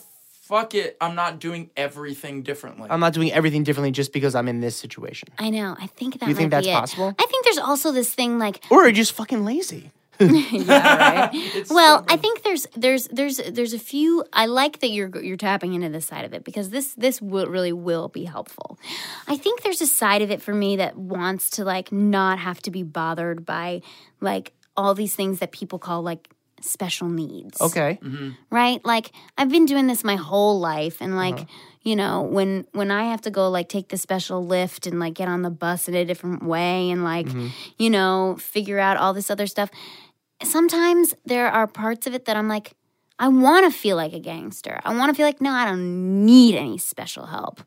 C: fuck it. I'm not doing everything differently.
B: I'm not doing everything differently just because I'm in this situation.
A: I know. I think that
B: You
A: might
B: think that's
A: be it.
B: possible?
A: I think there's also this thing like
B: Or are you just fucking lazy?
A: yeah, right.
C: It's
A: Well,
C: so
A: I
C: bad.
A: think there's there's there's there's a few. I like that you're you're tapping into this side of it because this this will really will be helpful. I think there's a side of it for me that wants to like not have to be bothered by like all these things that people call like special needs.
B: Okay.
A: Right? Like I've been doing this my whole life and
B: Uh-huh.
A: like you know when when I have to go like take the special lift and like get on the bus in a different way and like
B: Mm-hmm.
A: you know figure out all this other stuff sometimes there are parts of it that I'm like, I want to feel like a gangster. I want to feel like, no, I don't need any special help.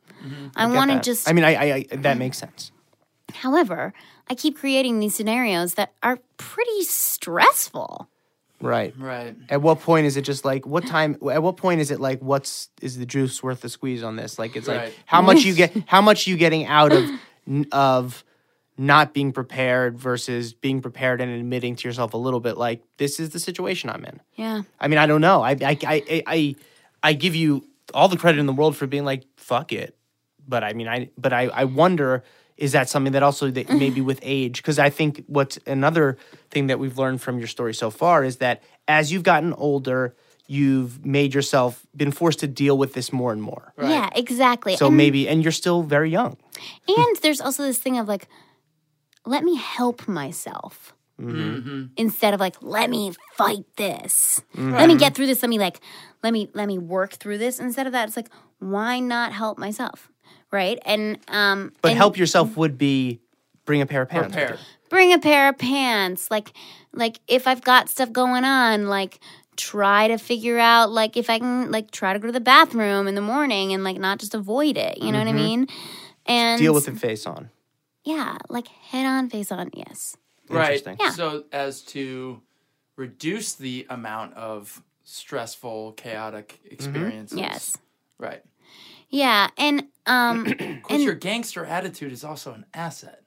A: I
B: Get
A: want to
B: that.
A: just,
B: Mm-hmm. I mean, I, I, I that makes sense.
A: however, I keep creating these scenarios that are pretty stressful.
B: Right.
C: right.
B: At what point is it just like what time? At what point is it like what's is the juice worth the squeeze on this? Like it's
C: Right.
B: like how much you get, how much you getting out of n- of not being prepared versus being prepared and admitting to yourself a little bit like this is the situation I'm in.
A: Yeah.
B: I mean, I don't know. I I I I, I give you all the credit in the world for being like fuck it, but I mean, I but I I wonder is that something that also that maybe with age because I think what's another thing that we've learned from your story so far is that as you've gotten older, you've made yourself been forced to deal with this more and more.
A: Yeah, exactly.
B: So
A: and,
B: maybe, and you're still very young.
A: and there's also this thing of like, let me help myself.
B: Mm-hmm.
A: Instead of like, let me fight this. Let me get through this. Let me like, let me let me work through this. Instead of that, it's like, why not help myself, right? And um,
B: But
A: and-
B: help yourself would be bring a pair of pants. with
C: Prepare.
A: bring a pair of pants like like if i've got stuff going on like try to figure out like if i can like try to go to the bathroom in the morning and like not just avoid it you know what i mean
B: you.
A: and
B: Mm-hmm. Deal with it face on.
A: yeah like head on face on yes
C: Right.
B: Interesting.
A: Yeah.
C: So as to reduce the amount of stressful, chaotic
B: Mm-hmm.
C: experiences.
A: yes
C: Right.
A: yeah and um
C: Of course, your gangster attitude is also an asset.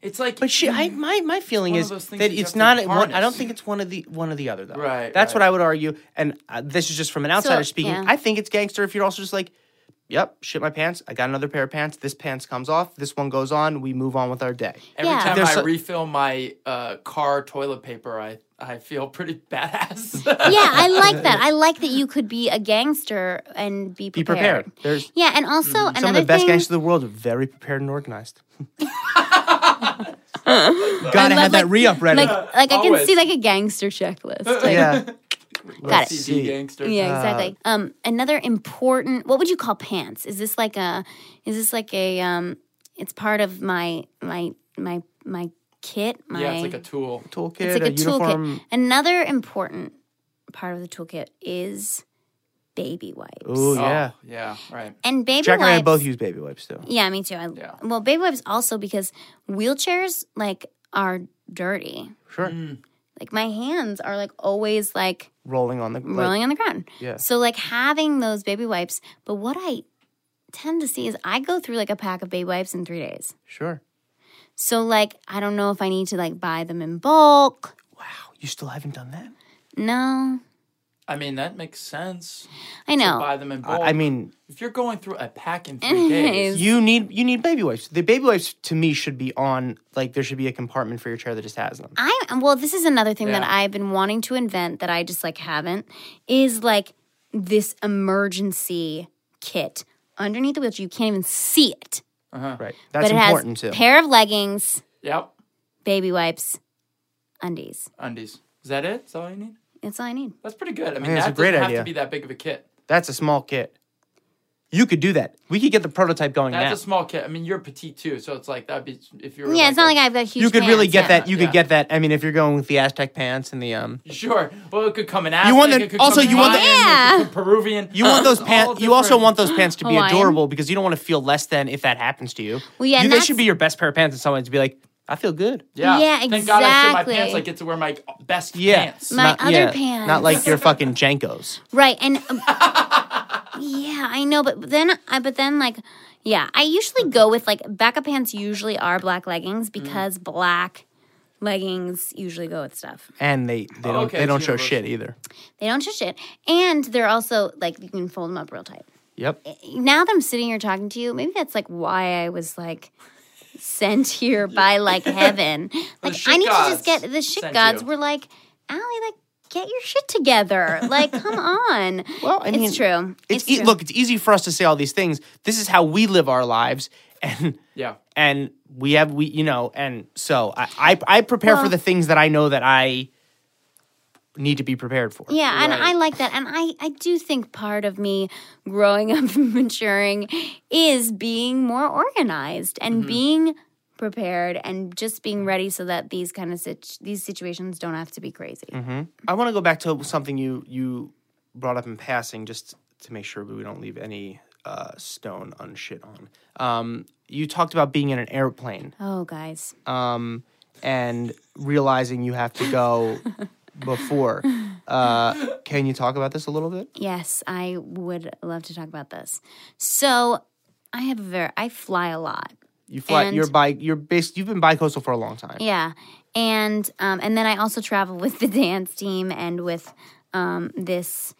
C: It's like
B: But she,
A: Mm.
B: I, my, my feeling
C: one
B: is
C: of those
B: that
C: things that you
B: it's
C: have
B: not.
C: to
B: a- One, I don't
C: harness.
B: think it's one of the one of the other though.
C: Right,
B: That's what
C: right.
B: I would argue, and uh, this is just from an outsider speaking.
A: yeah.
B: I think it's gangster if you're also just like, yep, shit my pants. I got another pair of pants. This pants comes off. This one goes on. We move on with our day.
C: Every
A: Yeah.
C: time
B: There's
C: I
B: so-
C: refill my uh, car toilet paper, I, I feel pretty badass.
A: yeah, I like that. I like that you could be a gangster and be
B: Be
A: prepared.
B: prepared. There's
A: Yeah, and also another
B: some of the best
A: thing,
B: gangsters in the world are very prepared and organized. Gotta
A: love,
B: have that
A: like-
B: re up ready.
A: like, like I can
C: Always.
A: see like a gangster checklist. Like,
B: yeah. Uh,
A: Got it.
C: CD gangster.
A: Yeah, exactly. um, another important. What would you call pants? Is this like a? Is this like a? Um, it's part of my my my my kit. My
C: Yeah, it's like a tool.
B: Toolkit,
A: it's like
B: a,
A: a
B: uniform.
A: toolkit. Another important part of the toolkit is baby wipes.
B: Ooh,
C: Oh,
B: yeah.
C: yeah, right.
A: And baby
B: Jack and
A: wipes.
B: I both use baby wipes too.
A: Yeah, me too. I,
C: Yeah.
A: Well, baby wipes also because wheelchairs like are dirty.
B: Sure.
C: Mm.
A: Like my hands are like always like
B: Rolling on the like,
A: rolling on the ground.
B: Yeah.
A: So like having those baby wipes, but what I tend to see is I go through like a pack of baby wipes in 3 days.
B: Sure.
A: So like I don't know if I need to like buy them in bulk.
B: Wow, you still haven't done that?
A: No.
C: I mean, that makes sense.
A: I know.
C: Buy them in bulk.
B: I, I mean,
C: if you're going through a pack in three days,
B: you need you need baby wipes. The baby wipes to me should be on like there should be a compartment for your chair that just has them.
A: I well, this is another thing that
C: Yeah.
A: I've been wanting to invent that I just like haven't is like this emergency kit underneath the wheelchair. You can't even see it,
B: Right. That's
A: but it
B: important
A: has
B: too.
A: pair of leggings,
C: yep,
A: baby wipes, undies.
C: undies. Is that it? Is that all you need?
A: That's all I need.
C: That's pretty good. I mean,
B: Yeah, it's
C: that
B: a great
C: doesn't
B: idea.
C: have to be that big of a kit.
B: That's a small kit. You could do that. We could get the prototype going
C: That's
B: now.
C: a small kit. I mean, you're petite too, so it's like that'd be if you're.
A: yeah, it's not like I've got huge.
B: you could really
A: pants,
B: get
A: yeah.
B: that. You
C: Yeah.
B: could get that. I mean, if you're going with the Aztec pants and the um,
C: a sure. Well, it could come in.
B: You want
C: Aztec,
B: the-
C: it could
B: also,
C: come
B: you want the-
C: Mayan, it
A: Yeah.
C: could come Peruvian.
B: you want those
C: Uh, All
B: pants. You also
C: different-
B: want those pants to be
A: Hawaiian.
B: adorable because you don't want to feel less than if that happens to you.
A: Well, yeah,
B: you,
A: and
B: they
A: that's-
B: should be your best pair of pants, and someone to be like, "I feel good."
C: Yeah,
A: Yeah,
C: Thank God I shit my pants.
A: exactly.
C: I get to wear my best
B: Yeah,
C: pants.
A: My other
B: yeah,
A: pants.
B: Not like your fucking Jankos.
A: right? And um, yeah, I know, but then I but then like. Yeah, I usually go with like backup pants. Usually are black leggings
B: Mm.
A: because black leggings usually go with stuff.
B: and they they don't
C: Oh, okay,
B: they don't
C: it's
B: show
C: universal.
B: shit either.
A: They don't touch it. And they're also like you can fold them up real tight.
B: Yep.
A: Now that I'm sitting here talking to you, maybe that's like why I was like sent here by like heaven. Like
C: shit
A: I need to just
C: gods
A: get the shit
C: sent
A: gods
C: you.
A: were like, Allie, like get your shit together. Like come on.
B: Well, I mean,
A: it's true.
B: It's,
A: It's,
B: e-
A: true.
B: look, it's easy for us to say all these things. This is how we live our lives, and
C: Yeah.
B: and we have we you know, and so I I, I prepare for
A: Well-
B: the things that I know that I need to be prepared for.
A: Yeah, and
C: Right.
A: I like that. And I, I do think part of me growing up and maturing is being more organized and being prepared and just being ready so that these kind of situ- these situations don't have to be crazy.
B: I want to go back to something you you brought up in passing, just to make sure we don't leave any uh, stone unshit on. Um, you talked about being in an airplane.
A: Oh, guys.
B: um, and realizing you have to go before. Uh, can you talk about this a little bit?
A: Yes, I would love to talk about this. So, I have a very I fly a lot.
B: You fly.
A: And-
B: you're bi. You're based. You've been bi-coastal for a long time.
A: Yeah, and um, and then I also travel with the dance team and with um, this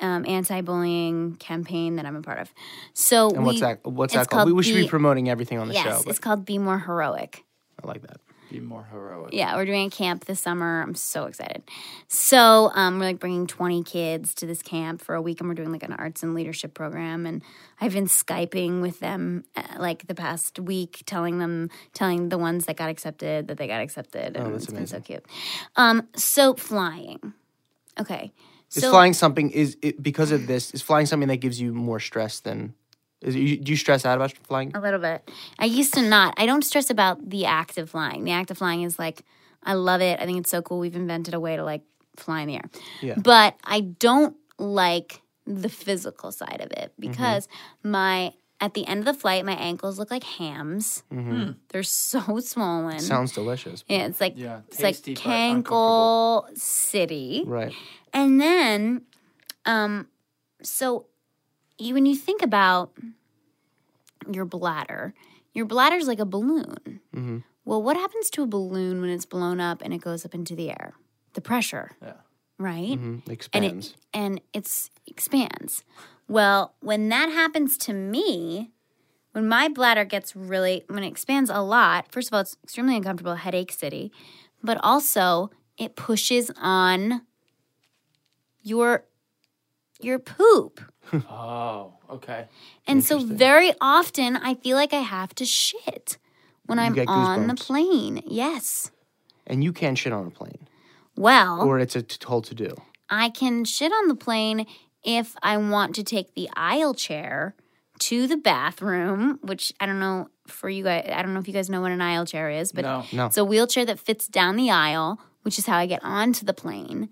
A: um, anti-bullying campaign that I'm a part of. So
B: And what's
A: we-
B: that? What's
A: it's
B: that called? we, we should be
A: Be-
B: promoting everything on the
A: Yes,
B: show. But
A: it's called Be More Heroic.
B: I like that.
C: Be more heroic.
A: Yeah, we're doing a camp this summer. I'm so excited. So um, we're like bringing 20 kids to this camp for a week, and we're doing like an arts and leadership program. And I've been skyping with them uh, like the past week, telling them, telling the ones that got accepted that they got
B: Oh,
A: accepted, and it's been so cute. Um, so flying, okay.
B: Is
A: So
B: flying something? Is it because of this? Is flying something that gives you more stress than? Is you, do you stress out about flying?
A: A little bit. I used to not. I don't stress about the act of flying. The act of flying is like, I love it. I think it's so cool. We've invented a way to like fly in the air.
B: Yeah.
A: But I don't like the physical side of it because my, at the end of the flight, my ankles look like hams.
C: Hmm.
A: They're so swollen.
B: Sounds delicious.
A: yeah, it's like,
C: Yeah,
A: it's like
C: tasty but uncomfortable.
A: Cankle City.
B: Right.
A: And then, um, so you, when you think about your bladder, your bladder's like a balloon. Well, what happens to a balloon when it's blown up and it goes up into the air? The pressure,
C: Yeah.
A: right?
B: Mm,
A: And
B: expands.
A: it and it's expands. Well, when that happens to me, when my bladder gets really, when it expands a lot, first of all, it's extremely uncomfortable, headache city, but also it pushes on your your poop.
C: Oh, okay.
A: And so very often I feel like I have to shit when
B: You
A: I'm
B: get
A: on the
B: goosebumps.
A: plane. Yes.
B: And you can't shit on a plane,
A: Well,
B: or it's a t- whole to do.
A: I can shit on the plane if I want to take the aisle chair to the bathroom, which I don't know for you guys. I don't know if you guys know what an aisle chair is, but
C: no.
B: No.
A: it's a wheelchair that fits down the aisle, which is how I get onto the plane.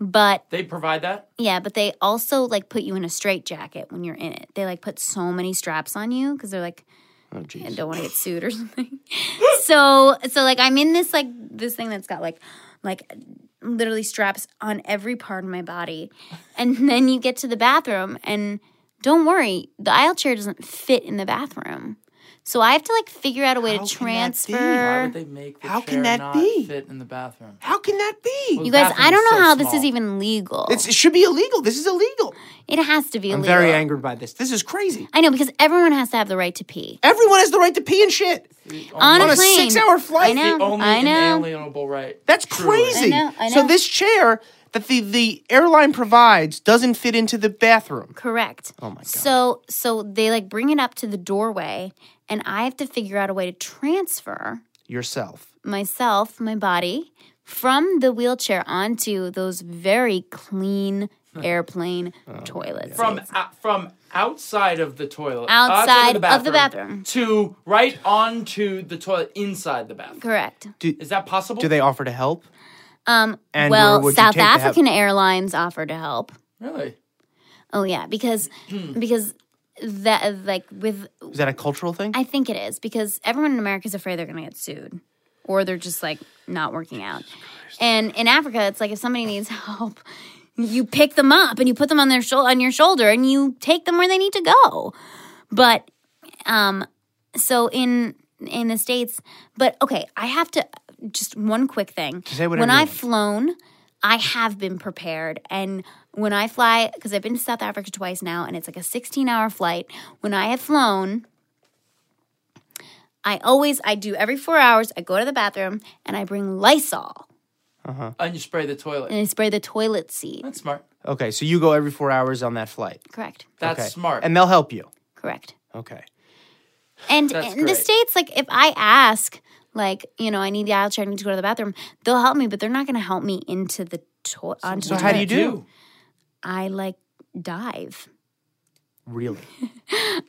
A: But
C: They provide that?
A: yeah, but they also like put you in a straitjacket when you're in it. They like put so many straps on you because they're like,
B: Oh
A: I
B: jeez.
A: don't want to get sued or something. so so like I'm in this like this thing that's got like like literally straps on every part of my body. And then you get to the bathroom and don't worry, the aisle chair doesn't fit in the bathroom. So I have to like figure out a way
B: How
A: to
B: can that be?
A: transfer.
C: Why would they make the
B: How
C: chair
B: can that
C: not
B: be?
C: fit in the bathroom?
B: How can that be?
A: you guys, I don't
C: Bathroom's
A: know
C: so
A: how this is
C: small.
A: even legal.
B: It's, it should be illegal. This is illegal.
A: it has to be
B: I'm
A: illegal.
B: very angered by this. This is crazy.
A: I know because everyone has to have the right to pee.
B: Everyone has the right to pee and shit.
A: On,
B: On a
A: plane.
B: six-hour flight,
A: I
B: the
A: know.
C: The only
A: I know.
C: inalienable right.
B: That's
C: Truly.
B: crazy.
A: I know, I
B: So
A: know.
B: this chair that the, the airline provides doesn't fit into the bathroom.
A: Correct.
B: Oh my God.
A: So so they like bring it up to the doorway and I have to figure out a way to transfer
B: Yourself.
A: myself, my body from the wheelchair onto those very clean airplane
B: Oh,
A: toilets.
C: From uh, from outside of the toilet,
A: Outside of the bathroom.
C: to right onto the toilet inside the bathroom.
A: Correct.
C: Is that possible?
B: Do they offer to help?
A: Um
B: And where
A: well,
B: would you
A: South
B: take the help?
A: African Airlines offer to help.
C: really?
A: Oh yeah, because
B: Hmm.
A: because that like with
B: Is that a cultural thing?
A: I think it is because everyone in America is afraid they're going to get sued or they're just like not working out. And in Africa, it's like if somebody needs help, you pick them up and you put them on their shou- on your shoulder and you take them where they need to go. But um so in in the states, but okay, I have to just one quick thing.
B: Say whatever
A: when
B: you
A: I've
B: want.
A: flown, I have been prepared. And when I fly, because I've been to South Africa twice now, and it's like a 16 hour flight, when I have flown, I always, I do every four hours, I go to the bathroom and I bring Lysol
C: And you spray the toilet.
A: and I spray the toilet seat.
C: That's smart.
B: Okay, so you go every four hours on that flight.
A: Correct.
C: That's
B: Okay.
C: smart.
B: And they'll help you.
A: Correct.
B: Okay.
A: And
C: That's
A: in the
C: great.
A: States, like if I ask, like, you know, I need the aisle chair, I need to go to the bathroom, they'll help me, but they're not going to help me into the, to- onto
B: So
A: the
B: how do
A: toilet.
B: you do?
A: I like dive.
B: Really?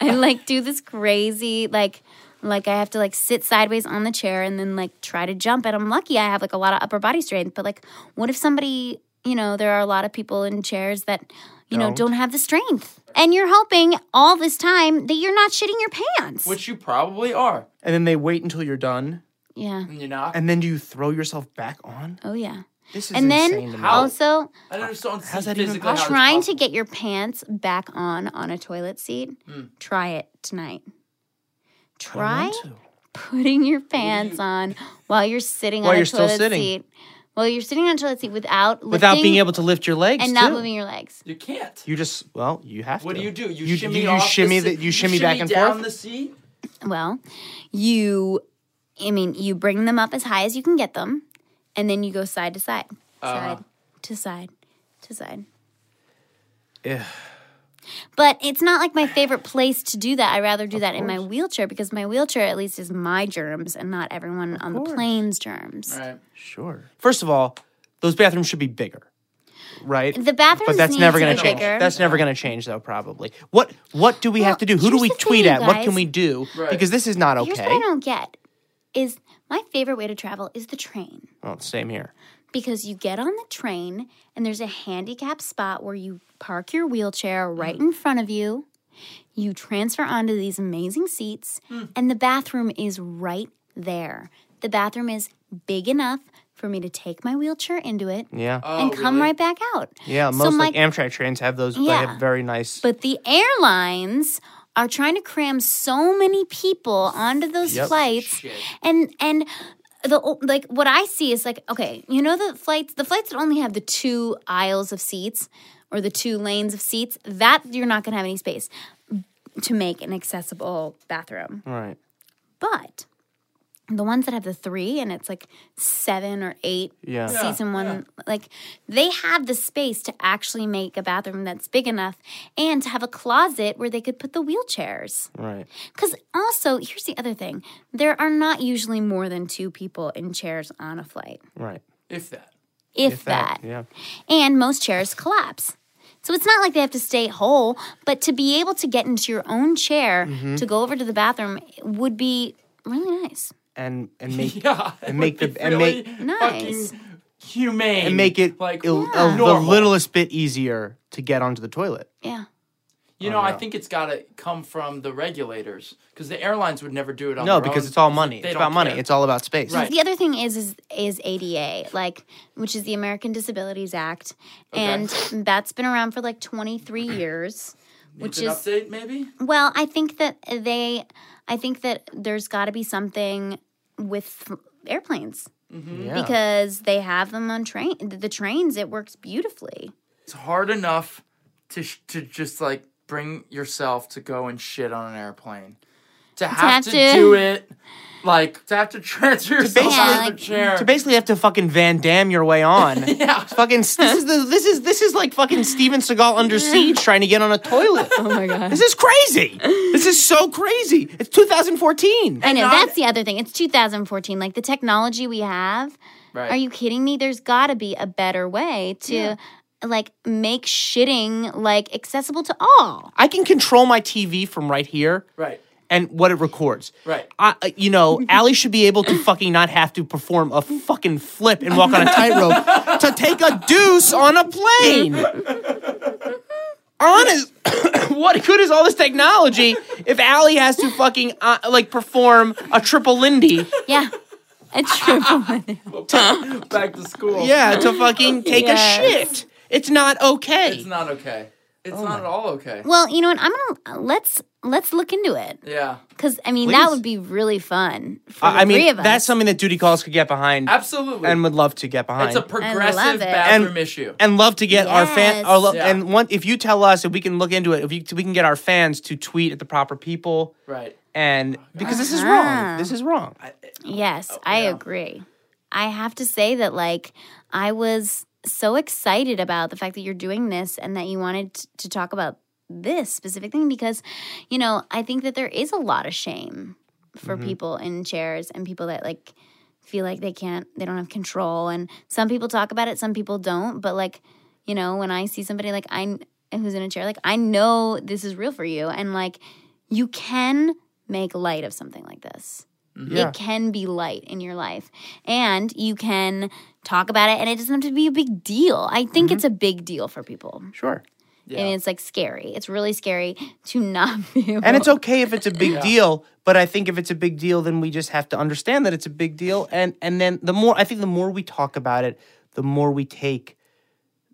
A: I like do this crazy like like I have to like sit sideways on the chair and then like try to jump and I'm lucky I have like a lot of upper body strength but like what if somebody you know there are a lot of people in chairs that you know
B: Don't.
A: don't have the strength and you're hoping all this time that you're not shitting your pants
C: Which you probably are.
B: And then they wait until you're done,
A: yeah
C: And you're not.
B: and then do you throw yourself back on?
A: oh yeah
B: This is
A: and
B: insane to
A: then
B: me.
C: How?
A: also
C: I don't understand.
B: How's
C: see
B: that even
C: physically how it's
A: trying to
C: possible.
A: get your pants back on on a toilet seat try it tonight
B: I Hmm. don't
A: try
B: want to.
A: putting your pants on while you're sitting
B: While
A: on
B: you're
A: a
B: still
A: toilet
B: sitting.
A: seat. While you're sitting on a toilet seat without lifting
B: Without being able to lift your legs
A: and not
B: too.
A: moving your legs.
C: You can't.
B: You just well, you have
C: What
B: to.
C: do you do? You,
B: you
C: shimmy
B: you
C: off
B: shimmy
C: the,
B: the,
C: seat-
B: you shimmy back and
C: down
B: forth.
C: the seat.
A: Well, you I mean, you bring them up as high as you can get them and then you go side to side.
B: Uh-huh.
A: Side to side to side.
B: Ugh.
A: But it's not like my favorite place to do that. I'd rather do that in my wheelchair because my wheelchair at least is my germs and not everyone on the plane's germs.
C: All right.
B: Sure. First of all, those bathrooms should be bigger, right?
A: The bathrooms
B: but that's
A: need
B: never
A: to
B: going
A: be
B: to change.
A: bigger.
B: That's never going to change, though. Probably. What What do we have to do? Who do
A: here's
B: we
A: the
B: tweet
A: thing,
B: at? What can
A: guys.
B: we do?
C: Right.
B: Because this is not
A: Here's
B: okay.
A: what I don't get is my favorite way to travel is the train
B: Well, Oh, same here.
A: because you get on the train and there's a handicap spot where you park your wheelchair
B: Mm.
A: right in front of you. You transfer onto these amazing seats
B: Mm.
A: and the bathroom is right there. The bathroom is big enough for me to take my wheelchair into it
B: Yeah.
C: Oh,
A: and come
C: really?
A: right back out.
B: yeah.
A: so
B: Most
A: my-
B: like Amtrak trains have those. They
A: Yeah.
B: have very nice.
A: But the airlines are trying to cram so many people onto those
B: Yep.
A: flights,
C: Shit.
A: and and the o- like what I see is like okay, you know the flights, the flights that only have the two aisles of seats or the two lanes of seats, that you're not going to have any space to make an accessible bathroom.
B: Right.
A: But the ones that have the three and it's like seven or eight
B: Yeah. Yeah,
A: seats in one, like they have the space to actually make a bathroom that's big enough and to have a closet where they could put the wheelchairs.
B: Right.
A: Because also, here's the other thing there are not usually more than two people in chairs on a flight,
B: Right.
C: if that.
A: if,
B: If
A: that.
B: Yeah.
A: And most chairs collapse. So it's not like they have to stay whole, but to be able to get into your own chair to go over to the bathroom would be really nice.
B: And and make
C: Yeah. it
B: And make
C: would
B: the-
C: be
B: and make-
C: really
A: Nice.
C: fucking humane
B: and make it
C: like
B: like il-
A: Yeah.
B: a- the
C: normal.
B: littlest bit easier to get onto the toilet.
A: Yeah.
B: Oh,
C: You know, I think it's got to come from the regulators because the airlines would never do it on
B: No,
C: their
B: because
C: own.
B: it's all money.
C: They
B: It's
C: don't
B: about money.
C: care.
B: It's all about space.
C: Right.
A: The other thing is is is ADA, like which is the American Disabilities Act, and that's been around for like 23 years,
C: Needs
A: which
C: an
A: is
C: update maybe.
A: Well, I think that they, I think that there's got to be something with airplanes
B: Yeah.
A: because they have them on train. The trains, it works beautifully.
C: It's hard enough to sh- to just like bring yourself to go and shit on an airplane. To have
A: have
C: to,
A: to-
C: do it, like to have to transfer yourself
B: basically-
C: out
A: Yeah,
C: of
A: like-
C: the chair.
B: to basically have to fucking Van Damme your way on.
C: yeah.
B: Fucking this is the, this is this is like fucking Steven Seagal under siege trying to get on a toilet.
A: Oh my god!
B: This is crazy. This is so crazy. It's 2014.
A: I know
C: not-
A: that's the other thing. It's 2014. Like the technology we have.
C: Right.
A: Are you kidding me? There's got to be a better way to. Like make shitting like accessible to all.
B: I can control my TV from right here
C: right?
B: and what it records.
C: Right.
B: I, uh, you know, Ali should be able to fucking not have to perform a fucking flip and walk on a tightrope to take a deuce on a plane. Honest, what good is all this technology if Ali has to fucking uh, like perform a triple Lindy?
A: Yeah, it's true.
C: Back to school.
B: Yeah, to fucking take
A: Yes.
B: a shit. It's not okay.
C: It's not okay.
B: Oh
C: It's not at all okay.
A: well, you know what? I'm gonna let's let's look into it.
C: Yeah.
A: Because I mean, that
B: Please.
A: would be really fun for the
B: I I mean,
A: three of us.
B: that's something that duty calls could get behind
C: Absolutely.
B: and would love to get behind.
C: it's a progressive
A: it.
C: bathroom
B: And-
C: issue.
B: and love to get our fan
A: Yes.
B: our lo-
C: Yeah.
B: and one if you tell us if we can look into it if you, we can get our fans to tweet at the proper people
C: right.
B: and because this is wrong
A: Uh-huh.
B: this is wrong
A: yes, I agree. I have to say that, like, I was so excited about the fact that you're doing this and that you wanted t- to talk about this specific thing because, you know, I think that there is a lot of shame for people in chairs and people that, like, feel like they can't, they don't have control. And some people talk about it, some people don't. But, like, you know, when I see somebody like I who's in a chair, like, I know this is real for you. And, like, you can make light of something like this
B: Yeah.
A: it can be light in your life and you can talk about it and it doesn't have to be a big deal i think
B: Mm-hmm.
A: it's a big deal for people
B: sure
A: and it's like scary it's really scary to not be able
B: and it's okay if it's a big deal but i think if it's a big deal then we just have to understand that it's a big deal and and then the more i think the more we talk about it the more we take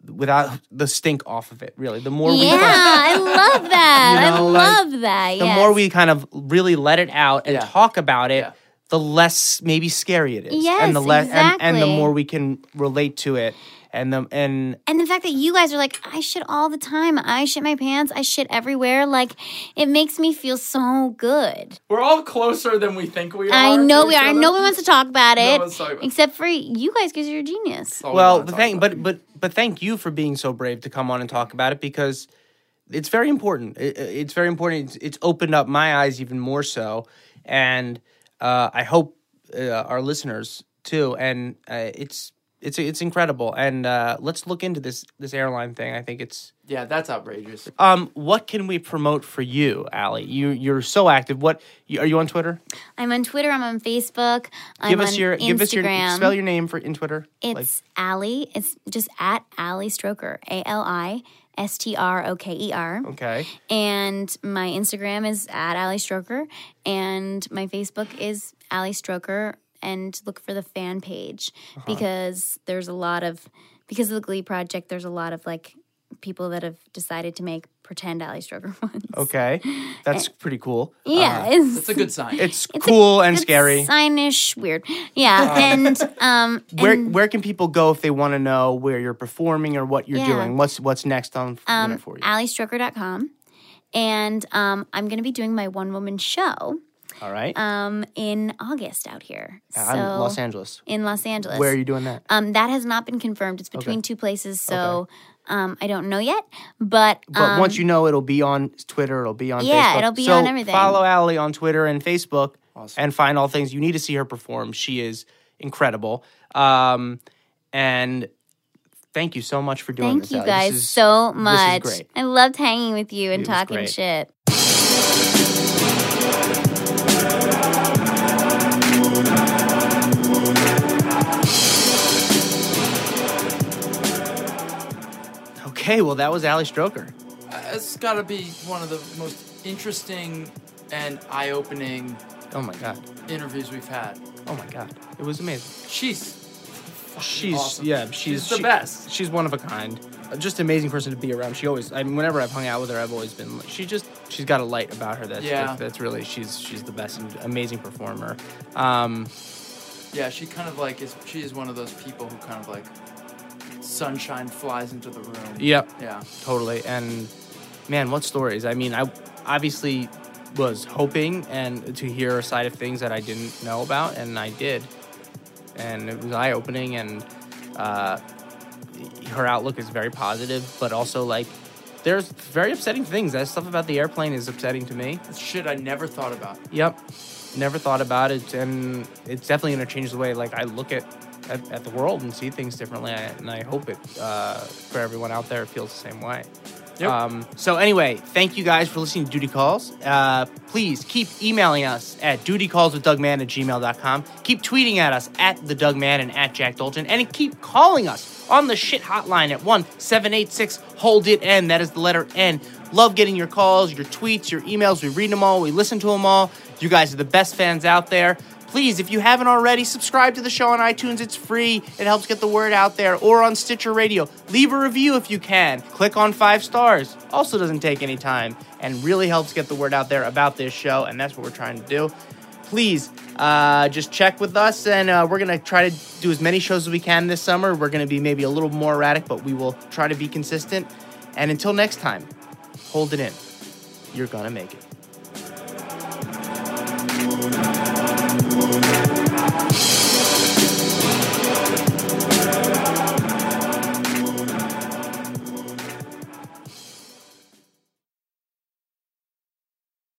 B: without the stink off of it really the more we
A: yeah i love that
B: You know,
A: i
B: like,
A: love that
B: the
A: yes.
B: more we kind of really let it out and
C: Yeah.
B: talk about it,
C: Yeah.
B: the less maybe scary it is.
A: Yes,
B: and the less and, and the
A: exactly.
B: more we can relate to it and the and
A: and the fact that you guys are like i shit all the time i shit my pants i shit everywhere like it makes me feel so good
C: We're all closer than we think we are.
A: i know
C: to
A: we
C: each
A: are
C: other.
A: nobody wants to talk about it
C: one's talking about it.
A: except for you guys because you're a genius
C: That's all we
B: well
C: wanna
B: the
C: talk
B: thing
C: about.
B: but but but thank you for being so brave to come on and talk about it because it's very important. It, it's very important. It's, it's opened up my eyes even more so, and uh, I hope uh, our listeners too. And uh, it's it's it's incredible. And uh, let's look into this this airline thing. I think it's
C: yeah, that's outrageous.
B: Um, what can we promote for you, Allie? You you're so active. What you, are you on Twitter?
A: I'm on Twitter. I'm on Facebook. I'm
B: give us
A: on
B: your
A: Instagram.
B: give us your spell your name for in Twitter.
A: It's Allie. It's just at Allie Stroker. A L I S T R O K E R.
B: Like, okay.
A: And my Instagram is at Allie Stroker, and my Facebook is Allie Stroker. And look for the fan
B: Uh-huh.
A: page because there's a lot of because of the Glee project. There's a lot of like people that have decided to make pretend Ally Stroker ones.
B: Okay, that's pretty cool.
A: Yeah,
B: Uh,
A: it's,
C: That's a good sign.
B: it's, cool and
A: it's
B: scary.
A: Signish, weird. Yeah, and um,
B: Where
A: and,
B: where can people go if they want to know where you're performing or what you're
A: Yeah.
B: doing? What's what's next on the
A: um,
B: internet for you?
A: AllyStroker.com. And um, I'm going to be doing my one woman show
B: All right,
A: um, in August out here.
B: Uh, I'm
A: so,
B: Los Angeles.
A: In Los Angeles.
B: Where are you doing that?
A: Um, that has not been confirmed. It's between two places, so um, I don't know yet. But,
B: But
A: um,
B: once you know, it'll be on Twitter. It'll be on
A: Yeah,
B: Facebook.
A: it'll be
B: So
A: on everything.
B: Follow Allie on Twitter and Facebook,
C: Awesome.
B: and find all things you need to see her perform. She is incredible. Um, and thank you so much for doing
A: thank
B: this.
A: you
B: Allie. This
A: guys
B: is-
A: so much.
B: great.
A: I loved hanging with you and
B: It was
A: talking
B: great.
A: shit.
B: Okay, well that was Allie Stroker.
C: Uh, It's got to be one of the most interesting and eye-opening
B: Oh my god.
C: interviews we've had.
B: Oh my god. It was amazing.
C: She's
B: She's
C: awesome.
B: yeah. She's,
C: She's the
B: she-
C: best.
B: She's one of a kind. Uh, Just an amazing person to be around. She always. I mean, whenever I've hung out with her, I've always been. She just. She's got a light about her. That's
C: Yeah.
B: that- that's really. She's she's the best and amazing performer. Um,
C: yeah. She kind of like is. She is one of those people who kind of like sunshine flies into the room.
B: Yep.
C: Yeah.
B: totally. And man, what stories? I mean, I obviously was hoping and to hear a side of things that I didn't know about, and I did, and it was eye opening. And uh, her outlook is very positive, but also like there's very upsetting things. That stuff about the airplane is upsetting to me.
C: That's shit I never thought about.
B: Yep. Never thought about it, and it's definitely gonna change the way like I look at at, at the world and see things differently. I, and I hope it uh, for everyone out there it feels the same way.
C: Yep.
B: Um, so anyway, thank you guys for listening to Duty Calls. Uh, please keep emailing us at dutycallswithdugman at gmail.com. Keep tweeting at us at the Doug Man and at Jack Dolchin. And keep calling us on the shit hotline at 1786 Hold It N. That is the letter N. Love getting your calls, your tweets, your emails. We read them all. We listen to them all. You guys are the best fans out there. Please, if you haven't already, subscribe to the show on iTunes. It's free. It helps get the word out there. Or on Stitcher Radio. Leave a review if you can. Click on five stars. Also doesn't take any time and really helps get the word out there about this show. And that's what we're trying to do. Please, uh, just check with us, and uh, we're gonna try to do as many shows as we can this summer. We're gonna be maybe a little more erratic, but we will try to be consistent. And until next time, hold it in. You're gonna make it.